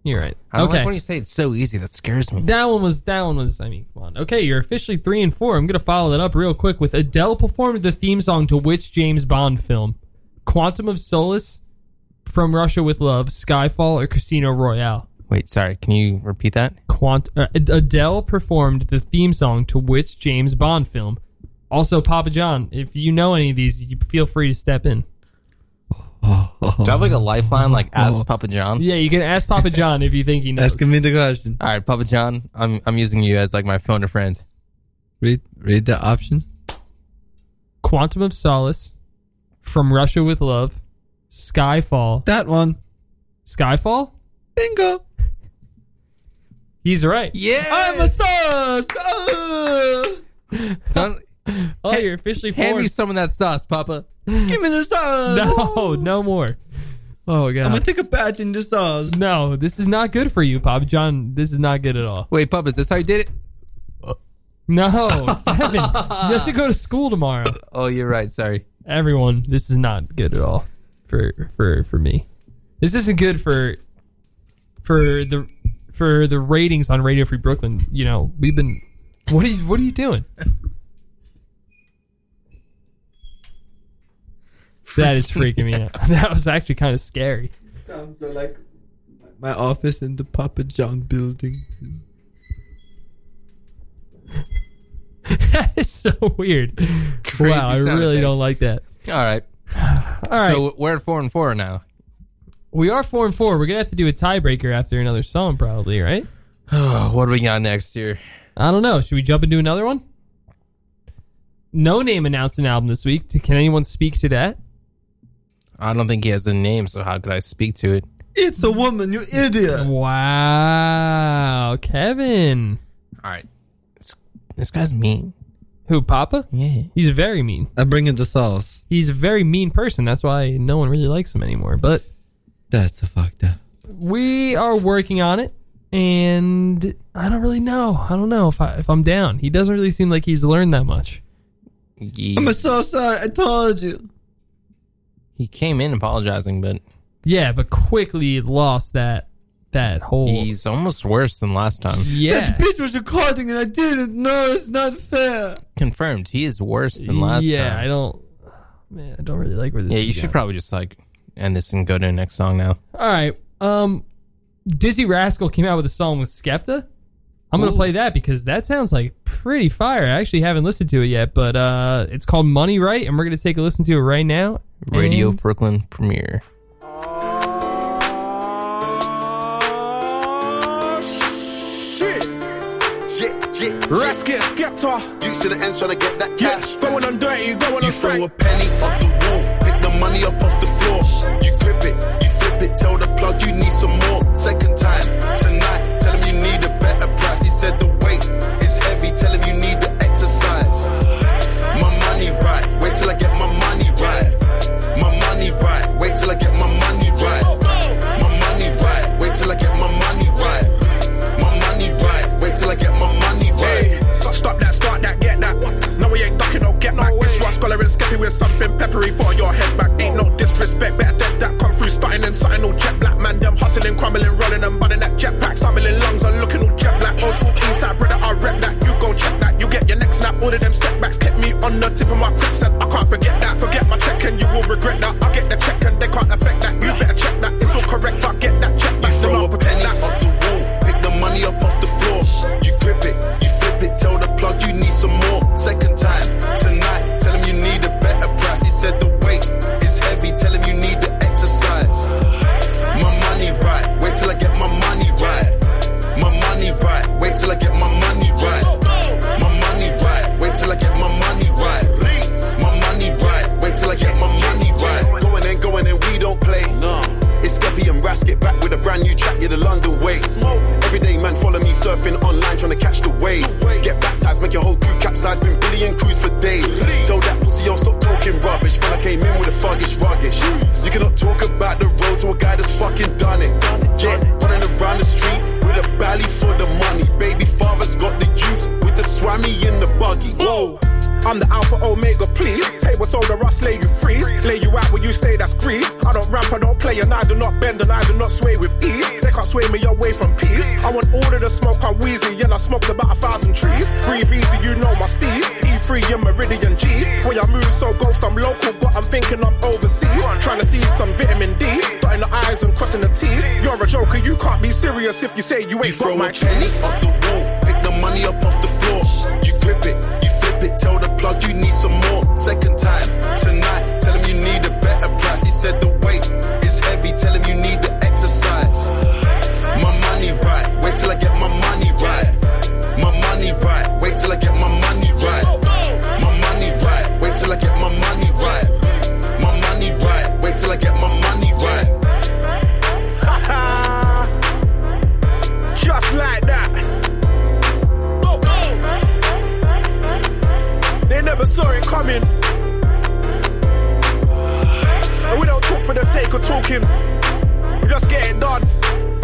S1: You're right.
S2: I don't
S1: okay.
S2: like when you say it's so easy. That scares me.
S1: That one was that one was I mean, come on. Okay, you're officially three and four. I'm gonna follow that up real quick with Adele performed the theme song to which James Bond film? Quantum of Solace, From Russia with Love, Skyfall, or Casino Royale?
S2: Wait, sorry. Can you repeat that?
S1: Quant- uh, Ad- Adele performed the theme song to which James Bond film? Also, Papa John, if you know any of these, you feel free to step in.
S2: Do I have like a lifeline? Like ask Papa John.
S1: Yeah, you can ask Papa John if you think he knows.
S5: Asking me the question.
S2: All right, Papa John. I'm I'm using you as like my phone
S1: [laughs]
S2: a friend.
S5: Read read the options.
S1: Quantum of Solace, From Russia with Love, Skyfall.
S5: That one.
S1: Skyfall?
S5: Bingo.
S1: He's right.
S2: Yeah.
S5: I'm a sauce. Oh,
S2: Don't,
S1: Oh, you're officially
S2: hand
S1: four.
S2: me some of that sauce, Papa.
S5: give me the sauce.
S1: No, no more. Oh
S5: I'm gonna
S1: god.
S5: take a bath in the sauce.
S1: No, this is not good for you, Papa John. This is not good at all.
S2: Wait, Papa, is this how you did it? [laughs]
S1: No, Kevin, you have to go to school tomorrow.
S2: Oh, you're right. Sorry.
S1: Everyone, this is not good at all for for for me. This isn't good for for the for the ratings on Radio Free Brooklyn. You know, we've been. What are you What are you
S2: [laughs]
S1: doing? [laughs] That is freaking me out. That was actually kind of scary.
S5: Sounds like my office in the Papa John building.
S1: [laughs] that is so weird.
S2: Crazy
S1: wow, I
S2: sound
S1: really
S2: effect.
S1: don't like that.
S2: All right.
S1: All right,
S2: So we're at four and four now. [sighs]
S1: we are four and four. We're gonna have to do a tiebreaker after another song, probably, right?
S2: Oh, what do we got next here?
S1: I don't know. Should we jump into another one? No Name announced an album this week. Can anyone speak to that?
S2: I don't think he has a name, so how could I speak to it?
S5: It's a woman, you idiot!
S1: Wow, Kevin,
S2: All right. This, this guy's mean.
S1: who Papa?
S2: Yeah.
S1: He's very mean.
S5: I bring in the sauce.
S1: He's a very mean person. That's why no one really likes him anymore. But
S5: That's a fucked up.
S1: we are working on it and i don't really know i don't know if, I, if i'm down he doesn't really seem like he's learned that much
S2: He,
S5: I'm so sorry. I told you.
S2: he came in apologizing, but
S1: yeah but quickly lost that that whole
S2: he's almost worse than last time.
S1: yeah
S5: That bitch was recording and I didn't know. It's not fair.
S2: Confirmed. He is worse than last
S1: yeah
S2: time.
S1: i don't man i don't really like where this
S2: yeah,
S1: is
S2: you should
S1: going.
S2: probably just like end this and go to the next song now.
S1: all right um dizzy rascal came out with a song with skepta i'm gonna play that because that sounds like pretty fire i actually haven't listened to it yet but uh it's called money right and we're gonna take a listen to it right now
S2: Radio
S1: And-
S2: Brooklyn premiere.
S9: Rescue Skepta.
S10: Dukes to the ends trying to get that
S9: Yeah,
S10: cash.
S9: going on dirty, going
S10: You
S9: on
S10: throw a
S9: frank.
S10: penny up the wall, pick the money up off the floor. You grip it, you flip it, tell the plug you need some more. Second time, tonight, tell him you need a better price. He said the weight is heavy, tell him you need the exercise. My money right, wait till I get my money right. My money right, wait till I get my money right. My money right, wait till I get my money right. My money right, wait till I get my money right.
S9: Stop, stop that, start that, get that. No, we ain't ducking, no get back. This rock scholar and skeppy with something peppery for your head back. Ain't no disrespect, better dead that come through, starting and starting all jet black. Man, them hustling, crumbling, rolling and bunning that jetpack. Stumbling lungs are looking all jet black. Old school inside, brother, I rep that. You go check that, you get your next snap. All of them setbacks kept me on the tip of my crips, and I can't forget that. Forget my check, and you will regret that. I get the check, and they can't affect that. You better check that, it's all correct. I get that check back,
S10: You
S9: then
S10: throw
S9: I'll
S10: a
S9: protect
S10: penny
S9: that.
S10: up the wall, pick the money up off the floor. You grip it, you flip it, tell the plug you need some more. Second time, tonight, tell him you need a better price. He said the weight is heavy, tell him you need the exercise. My money right, wait till I get my money right. My money right, wait till I get my money right. My money right, wait till I get my money right. My money right, wait till I get my money right.
S9: Going in, going in, we don't play. No. It's Skeppy and Rasket back with a brand new track, you're the London way. Everyday man follow me surfing online, trying to catch the wave. Get baptized, make your whole crew capsize, been billion crews for days. Tell that pussy, yo, stop talking rubbish. Man, I came in with a foggish ruggish. You cannot talk about the road to a guy that's fucking done it. Yeah, running around the street with a bally for the money. Baby father's got the youth with the swami in the buggy. Whoa. I'm the alpha omega, please. Hey, what's all the rust, lay you freeze. Lay you out when you stay, that's greed. I don't ramp, I don't play, and I do not bend, and I do not sway with ease. They can't sway me away from peace. I want all of the smoke, I'm wheezy, and I smoked about a thousand trees. Breathe easy, you know my steed. E3 and Meridian G's. When I move so ghost, I'm local, but I'm thinking I'm overseas. Trying to see some vitamin D. Dotting the I's and crossing the T's. You're a joker, you can't be serious if you say you
S10: You
S9: ain't
S10: throw a
S9: got my
S10: penny
S9: cheese.
S10: up the wall, pick the money up off the floor. You grip it, you flip it, tell the plug you need some more. Second time, tonight, tell him you need a better price. He said the weight is heavy, tell him you need the exercise. My money right, wait till I get my money right. My money right, wait till I get my money right. My money right, wait till I get my money right. My money right, wait till I get my money right.
S9: [laughs] Just like that. They never saw it coming. And we don't talk for the sake of talking. We just get it done.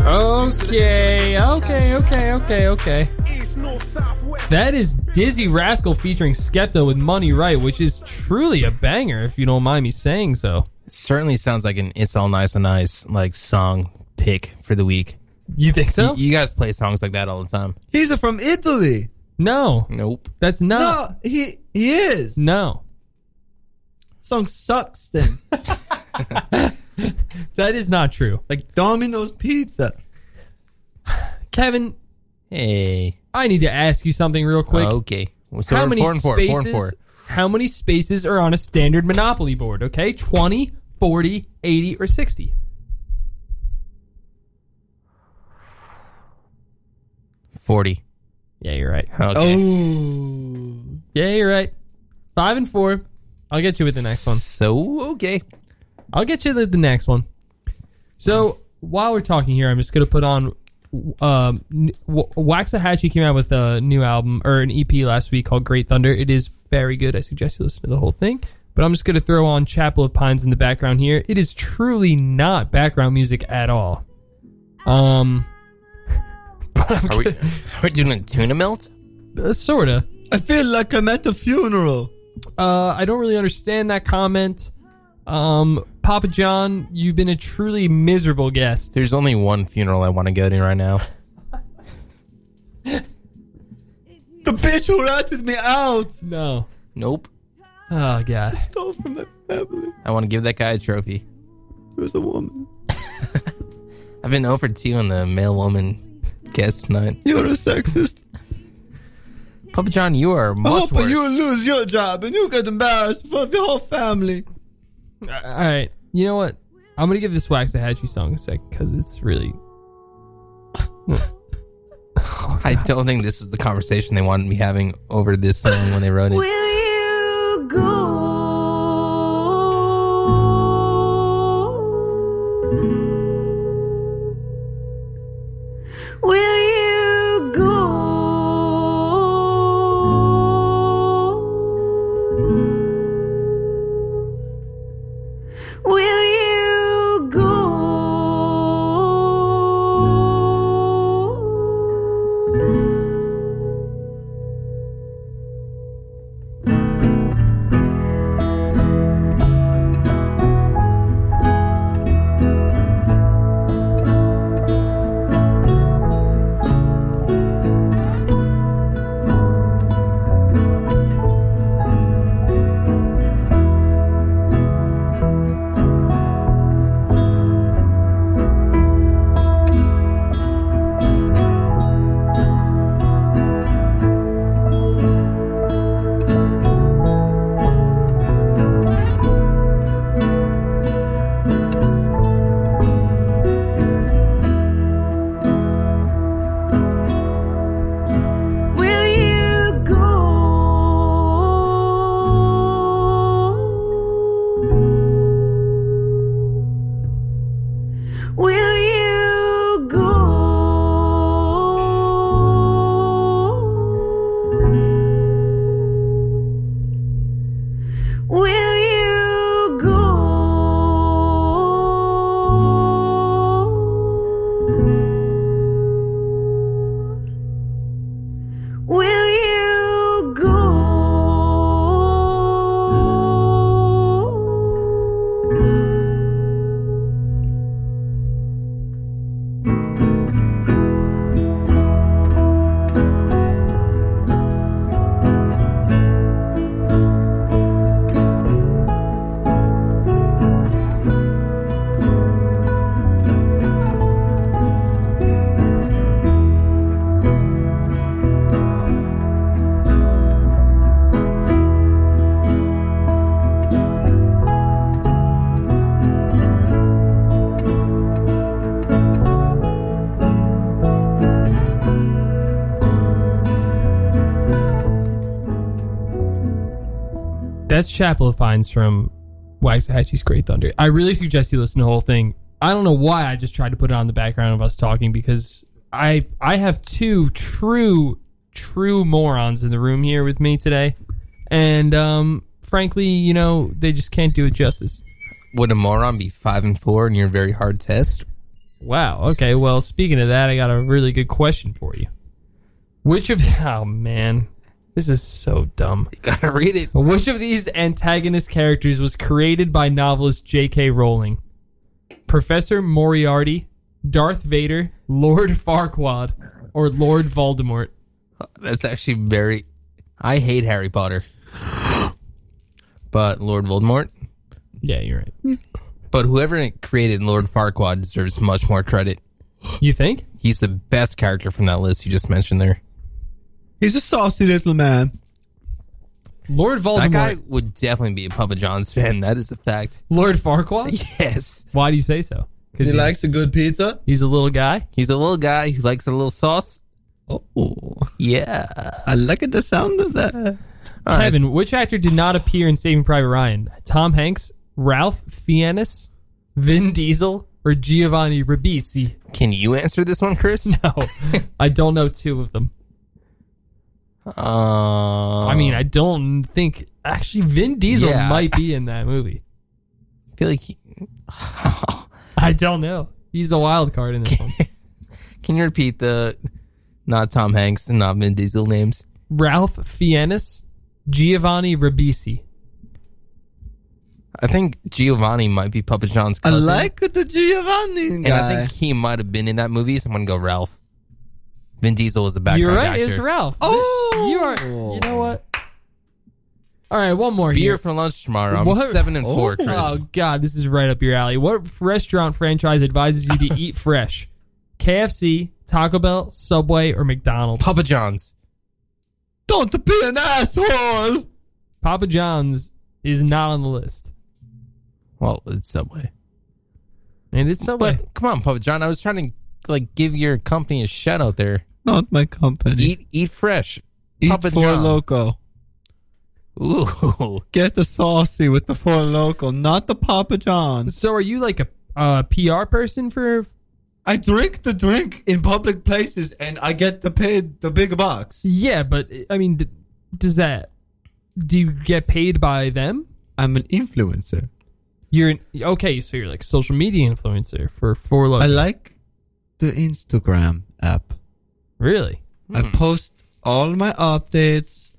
S1: Okay, okay, okay, okay, okay.
S9: East, north, south, west.
S1: That is Dizzy Rascal featuring Skepta with Money Right, which is truly a banger, if you don't mind me saying so.
S2: Certainly sounds like an "It's All Nice and Nice" like song pick for the week.
S1: You think so?
S2: Y- you guys play songs like that all the time.
S5: He's from Italy.
S1: no,
S2: Nope.
S1: that's not.
S5: No, he he is.
S1: No.
S5: Song sucks then.
S1: that is not true.
S5: like Domino's Pizza.
S1: Kevin,
S2: Hey.
S1: I need to ask you something real quick.
S2: okay. Oh, So
S1: how
S2: we're
S1: many
S2: four and four,
S1: spaces?
S2: four and four.
S1: How many spaces are on a standard Monopoly board? Okay, 20, 40, 80, or 60?
S2: 40.
S1: Yeah, you're right.
S2: Okay.
S5: Oh.
S1: Yeah, you're right. Five and four. I'll get you with the next one.
S2: So, okay.
S1: I'll get you the, the next one. So while we're talking here, I'm just gonna put on. Um, n- W- Waxahachie came out with a new album or an EP last week called Great Thunder. It is very good. I suggest you listen to the whole thing. But I'm just gonna throw on Chapel of Pines in the background here. It is truly not background music at all. Um,
S2: Are we, are we doing a tuna melt?
S1: sorta.
S5: I feel like I'm at a funeral.
S1: Uh, I don't really understand that comment. Um, Papa John, you've been a truly miserable guest.
S2: There's only one funeral I want to go to right now.
S5: The bitch who ratted me out
S1: No.
S2: Nope.
S1: Oh god.
S5: stole from my family.
S2: I want to give that guy a trophy.
S5: It was a woman.
S2: I've been over two on the male woman guest tonight.
S5: You're a sexist.
S2: Papa John, you are
S5: I
S2: much
S5: hope
S2: worse.
S5: you lose your job and you get embarrassed in front of your whole family.
S1: All right. You know what? I'm gonna give this Waxahachie song a sec because it's really.
S2: I don't think this was the conversation they wanted me having over this song when they wrote it.
S11: Will you go? Will you go? Will you go? Will you go? Will you go? Will you go? Will you go?
S1: That's Chapel of Pines from Waxahachie's Great Thunder. I really suggest you listen to the whole thing. I don't know why I just tried to put it on the background of us talking because I I have two true true morons in the room here with me today, and um, frankly, you know, they just can't do it justice.
S2: Would a moron be five and four in your very hard test?
S1: Wow. Okay. Well, speaking of that, I got a really good question for you. Which of [laughs] oh man, this is so dumb.
S2: Gotta read it.
S1: Which of these antagonist characters was created by novelist J.K. Rowling? Professor Moriarty, Darth Vader, Lord Farquaad, or Lord Voldemort?
S2: That's actually very. I hate Harry Potter. But Lord Voldemort.
S1: Yeah, you're right.
S2: But whoever created Lord Farquaad deserves much more credit.
S1: You think?
S2: He's the best character from that list you just mentioned there.
S5: He's a saucy little man.
S1: Lord Voldemort.
S2: That guy would definitely be a Papa John's fan. That is
S1: [laughs]
S2: a fact.
S1: Lord
S2: [laughs]
S1: Farquaad?
S2: Yes.
S1: Why do you say so?
S5: He
S1: Because
S5: likes a good pizza.
S1: he's a little guy.
S2: He's a little guy who likes a little sauce.
S5: Oh,
S2: Yeah.
S5: I like the sound of that.
S2: All right,
S1: Kevin, which actor did not appear in Saving Private Ryan? Tom Hanks, Ralph Fiennes, Vin Diesel, or Giovanni Ribisi? [laughs]
S2: Can you answer this one, Chris?
S1: No, I don't know two of them.
S2: Uh,
S1: I mean, I don't think actually Vin Diesel
S2: Yeah.
S1: might be in that movie.
S2: feel like. he-
S1: I don't know. He's the wild card in
S2: [laughs]
S1: this one.
S2: Can you repeat the not Tom Hanks and not Vin Diesel names?
S1: Ralph Fiennes, Giovanni Ribisi.
S2: I think Giovanni might be Papa John's
S5: I
S2: cousin.
S5: like the Giovanni
S2: and I
S5: guy.
S2: think he might have been in that movie, so I'm going to go Ralph. Vin Diesel was the background
S1: You're right.
S2: actor.
S1: It's Ralph.
S5: oh,
S1: You are. You know what? All right, one more
S2: Beer
S1: here.
S2: for lunch tomorrow. I'm
S1: What?
S2: seven and four, Chris.
S1: Oh God, this is right up your alley. What restaurant franchise advises you to eat fresh? [laughs] KFC, Taco Bell, Subway, or McDonald's?
S2: Papa John's.
S5: don't be an asshole.
S1: Papa John's is not on the list,
S2: Well, it's Subway.
S1: and it's Subway.
S2: But come on, Papa John. I was trying to like give your company a shout out there.
S5: Not my company.
S2: Eat, eat fresh.
S5: Eat
S2: Papa
S5: four
S2: John.
S5: loco.
S2: Ooh,
S5: Get the saucy with the four loco, not the Papa John's.
S1: so, are you like a uh, PR person for?
S5: I drink the drink in public places and I get the paid the big box.
S1: Yeah, but I mean, d- does that? Do you get paid by them?
S5: I'm an influencer.
S1: You're an, okay, so you're like social media influencer for Four Loko.
S5: I like the Instagram app.
S1: really?
S5: I post all my updates,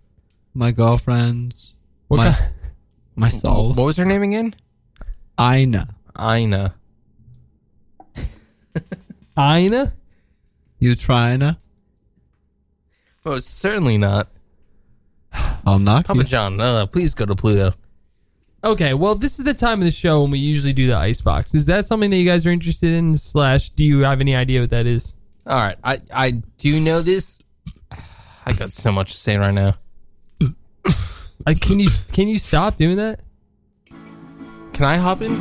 S5: my girlfriends,
S1: What
S5: my
S1: kind-
S5: myself,
S2: what was her name again?
S5: Ina.
S2: Ina.
S1: Ina?
S5: You tryna?
S2: Oh, certainly not.
S5: I'll knock
S2: Papa
S5: you.
S2: John, uh, please go to Pluto.
S1: Okay, well, this is the time of the show when we usually do the icebox. Is that something that you guys are interested in? Slash, do you have any idea what that is?
S2: All right, I I do know this. [sighs] I got so much to say right now.
S1: I, can you can you stop doing that?
S2: Can I hop in?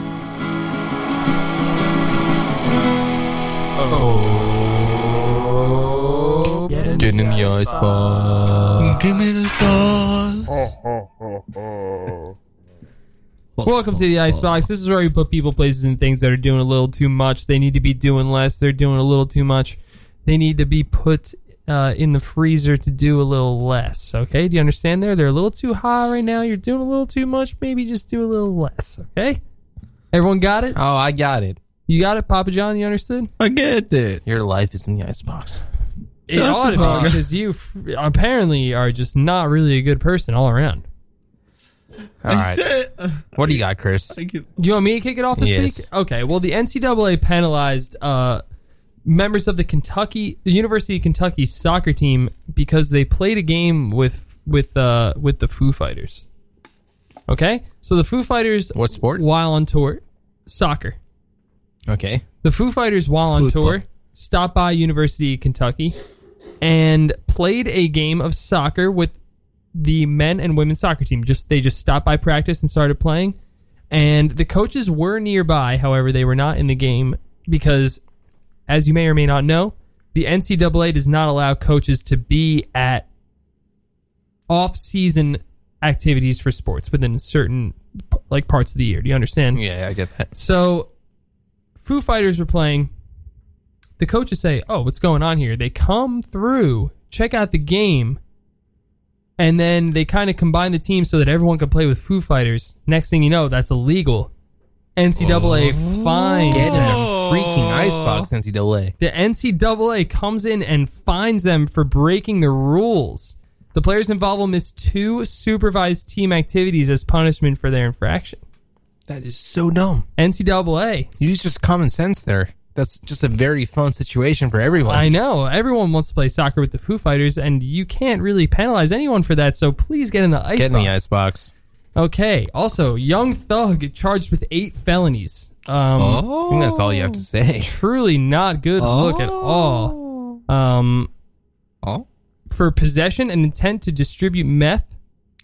S2: Get in the icebox.
S5: Give me the sauce.
S1: Welcome to the icebox. This is where we put people, places, and things that are doing a little too much. They need to be doing less. They're doing a little too much. They need to be put uh, in the freezer to do a little less. Okay, do you understand? There, they're a little too high right now. You're doing a little too much. Maybe just do a little less. Okay, everyone got it.
S2: Oh, I got it.
S1: You got it, Papa John. You understood?
S5: I get it.
S2: Your life is in the icebox.
S1: It
S5: Shut
S1: ought
S5: the
S1: to
S5: fuck
S1: be because you f- apparently are just not really a good person all around.
S2: All
S1: [laughs]
S2: right. What do you got, Chris?
S5: Thank you.
S1: You want me to kick it off this
S2: Yes.
S1: week? Okay. Well, the NCAA penalized uh, members of the Kentucky the University of Kentucky soccer team because they played a game with with uh, with the Foo Fighters. Okay, so the Foo Fighters,
S2: What sport?
S1: while on tour, soccer.
S2: Okay.
S1: The Foo Fighters, while on
S5: Football.
S1: tour, stopped by University of Kentucky and played a game of soccer with the men and women's soccer team. Just they just stopped by practice and started playing. And the coaches were nearby, however, they were not in the game because, as you may or may not know, the NCAA does not allow coaches to be at off-season activities for sports within certain like parts of the year. Do you understand?
S2: Yeah, I get that.
S1: So, Foo Fighters were playing. The coaches say, "Oh, what's going on here?" They come through, check out the game, and then they kind of combine the team so that everyone can play with Foo Fighters. Next thing you know, that's illegal. NCAA fines
S2: Get in the
S1: them.
S2: freaking icebox, NCAA.
S1: The NCAA comes in and fines them for breaking the rules. The players involved will miss two supervised team activities as punishment for their infraction.
S2: That is so dumb.
S1: NCAA
S2: Use just common sense there. That's just a very fun situation for everyone.
S1: I know. Everyone wants to play soccer with the Foo Fighters, and you can't really penalize anyone for that, so please get in the ice.
S2: Get in the
S1: box.
S2: icebox.
S1: Okay. Also, Young Thug charged with eight felonies. Um,
S5: Oh.
S2: I think that's all you have to say.
S1: [laughs] Truly not good look at all. Um,
S5: Oh,
S1: for possession and intent to distribute meth,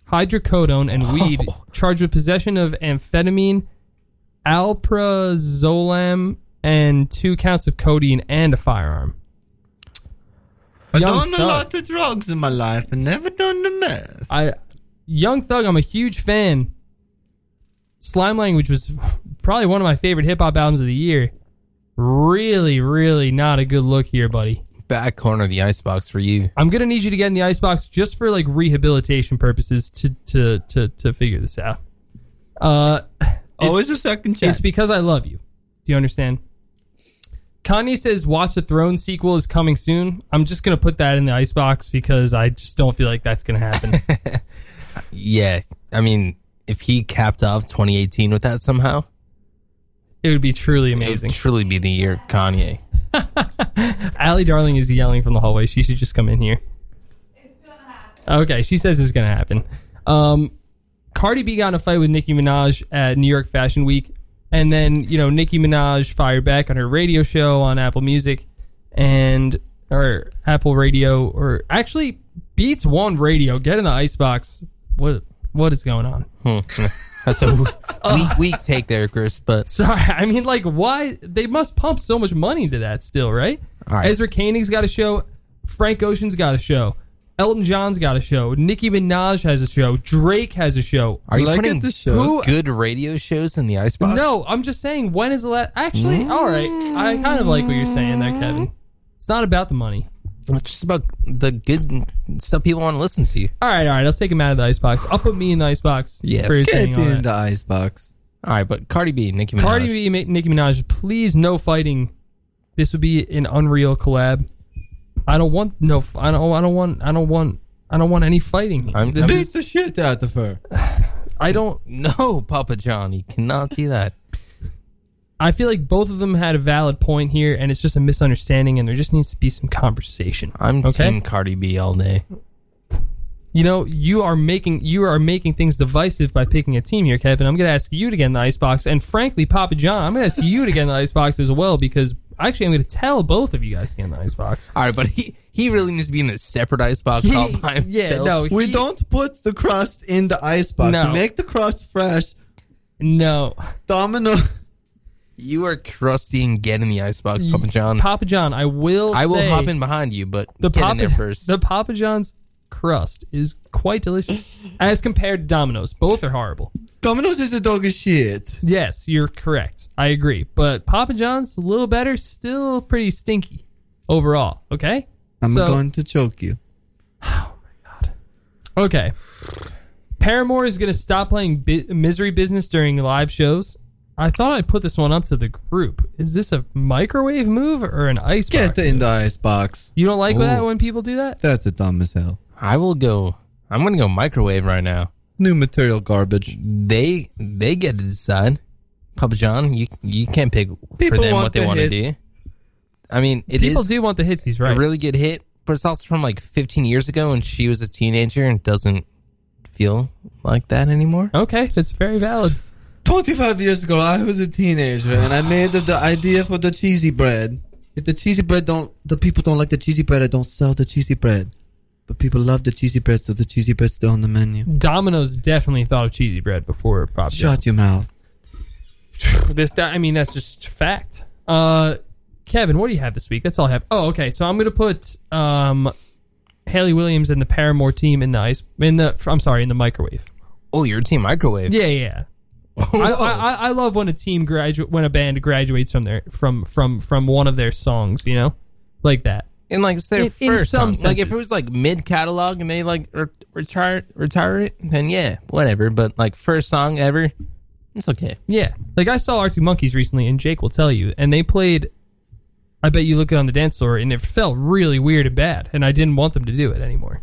S1: hydrocodone, and weed, charged with possession of amphetamine, alprazolam, and two counts of codeine and a firearm.
S5: I've
S1: Young
S5: done a
S1: thug.
S5: lot of drugs in my life and never done the meth.
S1: I, Young Thug, I'm a huge fan. Slime Language was probably one of my favorite hip hop albums of the year. Really, really not a good look here, buddy.
S2: [laughs] Back corner of the icebox for you.
S1: I'm gonna need you to get in the icebox just for like rehabilitation purposes to to to to figure this out. Uh,
S5: Always a second chance.
S1: it's because I love you. Do you understand? Kanye says Watch the Throne sequel is coming soon. I'm just gonna put that in the icebox because I just don't feel like that's gonna happen.
S2: Yeah. I mean, if he capped off 2018 with that somehow,
S1: it would be truly
S2: it
S1: amazing.
S2: would truly be the year Kanye.
S1: Allie Darling is yelling from the hallway. She should just come in here. Okay, she says it's gonna happen. Um, Cardi B got in a fight with Nicki Minaj at New York Fashion Week, and then you know Nicki Minaj fired back on her radio show on Apple Music and or Apple Radio or actually Beats One Radio. Get in the icebox. What what is going on?
S2: That's a
S1: [laughs]
S2: weak, weak take there, Chris. But
S1: Sorry, [laughs] I mean, like, why they must pump so much money into that still, right?
S2: All right.
S1: Ezra Koenig's got a show, Frank Ocean's got a show, Elton John's got a show, Nicki Minaj has a show, Drake has a show.
S2: are you
S5: Look
S2: putting
S5: at the show.
S2: good radio shows in the icebox?
S1: No, I'm just saying, when is the last? Actually, all right, I kind of like what you're saying there, Kevin. It's not about the money.
S2: It's just about the good stuff people want to listen to.
S1: All right, all right, I'll take him out of the icebox. I'll put me in the icebox.
S2: Yes.
S1: for
S5: Get
S1: saying all
S5: in
S1: that.
S5: the icebox.
S2: All right, but Cardi B, Nicki Minaj.
S1: Cardi B, Ma- Nicki Minaj, please no fighting. This would be an unreal collab. I don't want no. f- I don't. I don't want. I don't want. I don't want any fighting.
S2: I'm-
S1: This
S2: I'm-
S5: Beat
S1: is-
S5: the shit out of her.
S1: I don't.
S2: No, Papa John, you cannot do that.
S1: I feel like both of them had a valid point here, and it's just a misunderstanding, and there just needs to be some conversation.
S2: I'm
S1: Okay.
S2: Team Cardi B all day.
S1: You know, you are making you are making things divisive by picking a team here, Kevin. I'm going to ask you to get in the icebox, and frankly, Papa John, I'm going to ask you to get in the icebox as well because actually, I'm going to tell both of you guys to get in the icebox.
S2: All right, but he, he really needs to be in a separate icebox all by himself.
S1: yeah, no,
S5: We
S1: he-
S5: don't put the crust in the icebox.
S1: No.
S5: Make the crust fresh.
S1: No.
S5: Domino. [laughs]
S2: You are crusty and get in the icebox, Papa
S1: [laughs]
S2: John.
S1: Papa John, I will
S2: I will
S1: say
S2: hop in behind you, but
S1: the
S2: get
S1: Papa,
S2: in there first.
S1: The Papa John's crust is quite
S2: [laughs]
S1: delicious as compared to Domino's. Both are horrible.
S5: Domino's is a dog of shit.
S1: Yes, you're correct. I agree. But Papa John's a little better, still pretty stinky overall, okay?
S5: I'm
S1: So-
S5: going to choke you.
S1: Okay. Paramore is going to stop playing bi- Misery Business during live shows. I thought I'd put this one up to the group. Is this a microwave move or an ice
S5: Get in the icebox.
S1: You don't like
S2: Ooh.
S1: that when people do that?
S5: That's a dumb as hell.
S2: I will go. I'm gonna go microwave right now.
S5: New material garbage.
S2: They they get to decide. Papa John, you you can't pick for
S5: People
S2: them
S5: want
S2: what they
S5: the
S2: want to do.
S5: hits.
S2: I mean, it is
S1: people do want the hits, he's
S2: a
S1: right.
S2: really good hit, but it's also from like 15 years ago, and she was a teenager and doesn't feel like that anymore.
S1: Okay, that's very valid.
S5: 25 years ago, I was a teenager and I made the, the idea for the cheesy bread. If the cheesy bread don't, the people don't like the cheesy bread, I don't sell the cheesy bread. But people love the cheesy bread, so the cheesy bread's still on the menu.
S1: Domino's definitely thought of cheesy bread before Pop
S5: Shut
S1: John's.
S5: your mouth.
S1: This, that, I mean, that's just fact. Uh, Kevin, what do you have this week? That's all I have. Oh, okay. So I'm gonna put um, Haley Williams and the Paramore team in the ice in the. I'm sorry, in the microwave.
S2: Oh, your team microwave.
S1: Yeah, yeah.
S5: [laughs]
S1: yeah. I, I, I- I love when a team graduate when a band graduates from their from from from one of their songs. You know, like that.
S2: And like it's their
S1: In- in
S2: first
S1: some
S2: song. Like if it
S1: senses.
S2: was like mid catalog and they like re- retire retire it, then yeah, whatever. But like first song ever, it's okay.
S1: Yeah. Like I saw Arctic Monkeys recently, and Jake will tell you, and they played. I bet you look it on the dance floor, and it felt really weird and bad, and I didn't want them to do it anymore.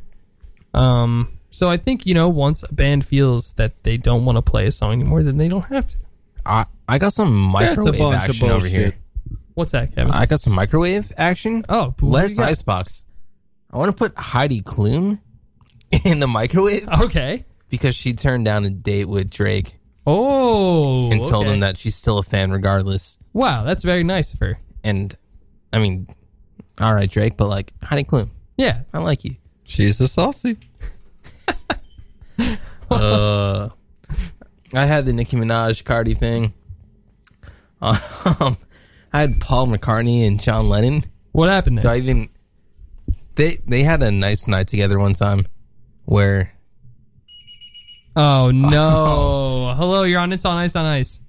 S1: Um. So I think you know, once a band feels that they don't want to play a song anymore, then they don't have to.
S2: I I got some microwave action over here.
S1: What's that, Kevin?
S2: I got some microwave action.
S1: oh, but what do
S2: less
S1: you got?
S2: icebox. I want to put Heidi Klum in the microwave
S1: Okay.
S2: because she turned down a date with Drake
S1: Oh,
S2: and told
S1: okay.
S2: him that she's still a fan regardless.
S1: Wow, that's very nice of her.
S2: And I mean, all right, Drake, but like Heidi Klum,
S1: Yeah.
S2: I like you.
S5: She's a saucy.
S2: uh, I had the Nicki Minaj Cardi thing. Um, [laughs] I had Paul McCartney and John Lennon.
S1: What happened
S2: So
S1: there?
S2: I even they they had a nice night together one time where
S12: [laughs]
S1: oh no! Hello, you're on. It's on ice on ice.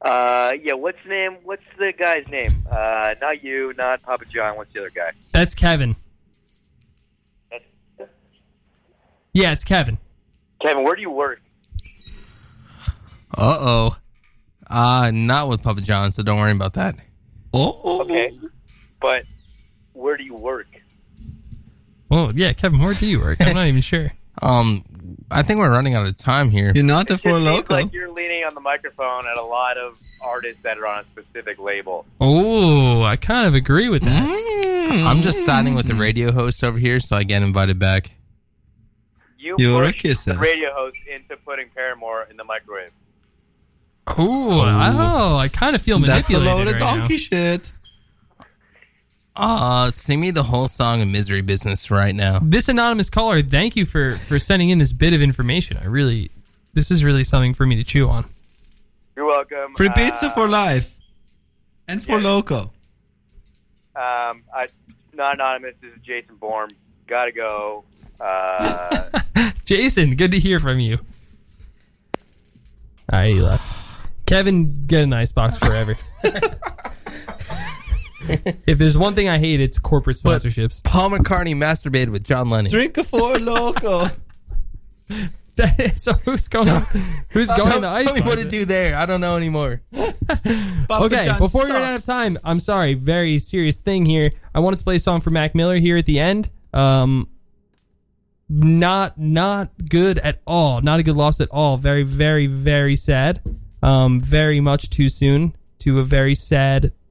S12: Uh, yeah. What's name? What's the guy's name? Uh, not you, not Papa John. What's the other guy?
S1: That's Kevin. Yeah, it's Kevin.
S12: Kevin, where do you work?
S2: uh oh. Uh not with Papa John, so don't worry about that.
S5: Oh,
S12: Okay, but where do you work?
S1: Oh yeah, Kevin. Where do you work?
S12: [laughs]
S1: I'm not even sure.
S2: Um I think we're running out of time here.
S5: you're not the four
S12: Just seems
S5: loco.
S12: like you're leaning on the microphone at a lot of artists that are on a specific label.
S1: Oh, I kind of agree with that.
S5: Mm.
S2: I'm just siding with the radio host over here so I get invited back.
S12: You
S5: You
S12: pushed
S5: wreck yourself.
S12: the radio host into putting Paramore in the microwave.
S1: Ooh, oh, I kind of feel
S5: That's a
S1: manipulated
S5: load of
S1: right
S5: donkey shit.
S2: Uh sing me the whole song of misery business right now.
S1: now. This anonymous caller, thank you for for sending in this bit of information. I really, this is really something for me to chew on.
S12: You're welcome.
S5: Free
S12: Uh,
S5: pizza for life. And for
S12: yeah.
S5: loco.
S12: Um, I, not anonymous. This is Jason Bourne. Gotta go. Uh,
S1: Jason, good to hear from you. All right, he left. Kevin, get an icebox forever. if there's one thing I hate, it's corporate
S2: But-
S1: sponsorships. [laughs]
S2: Paul McCartney masturbated with John Lennon.
S5: Drink a four loco.
S1: so who's going? who's going
S2: Tell-
S1: to
S2: tell
S1: icebox?
S2: me what to do there. I don't know anymore.
S5: Papa
S1: okay,
S5: John's
S1: before we run
S5: sucks.
S1: out of time, I'm sorry, very serious thing here. I wanted to play a song for Mac Miller here at the end. Um, not not good at all. Not a good loss at all. Very very very sad. Um, very much too soon to a very sad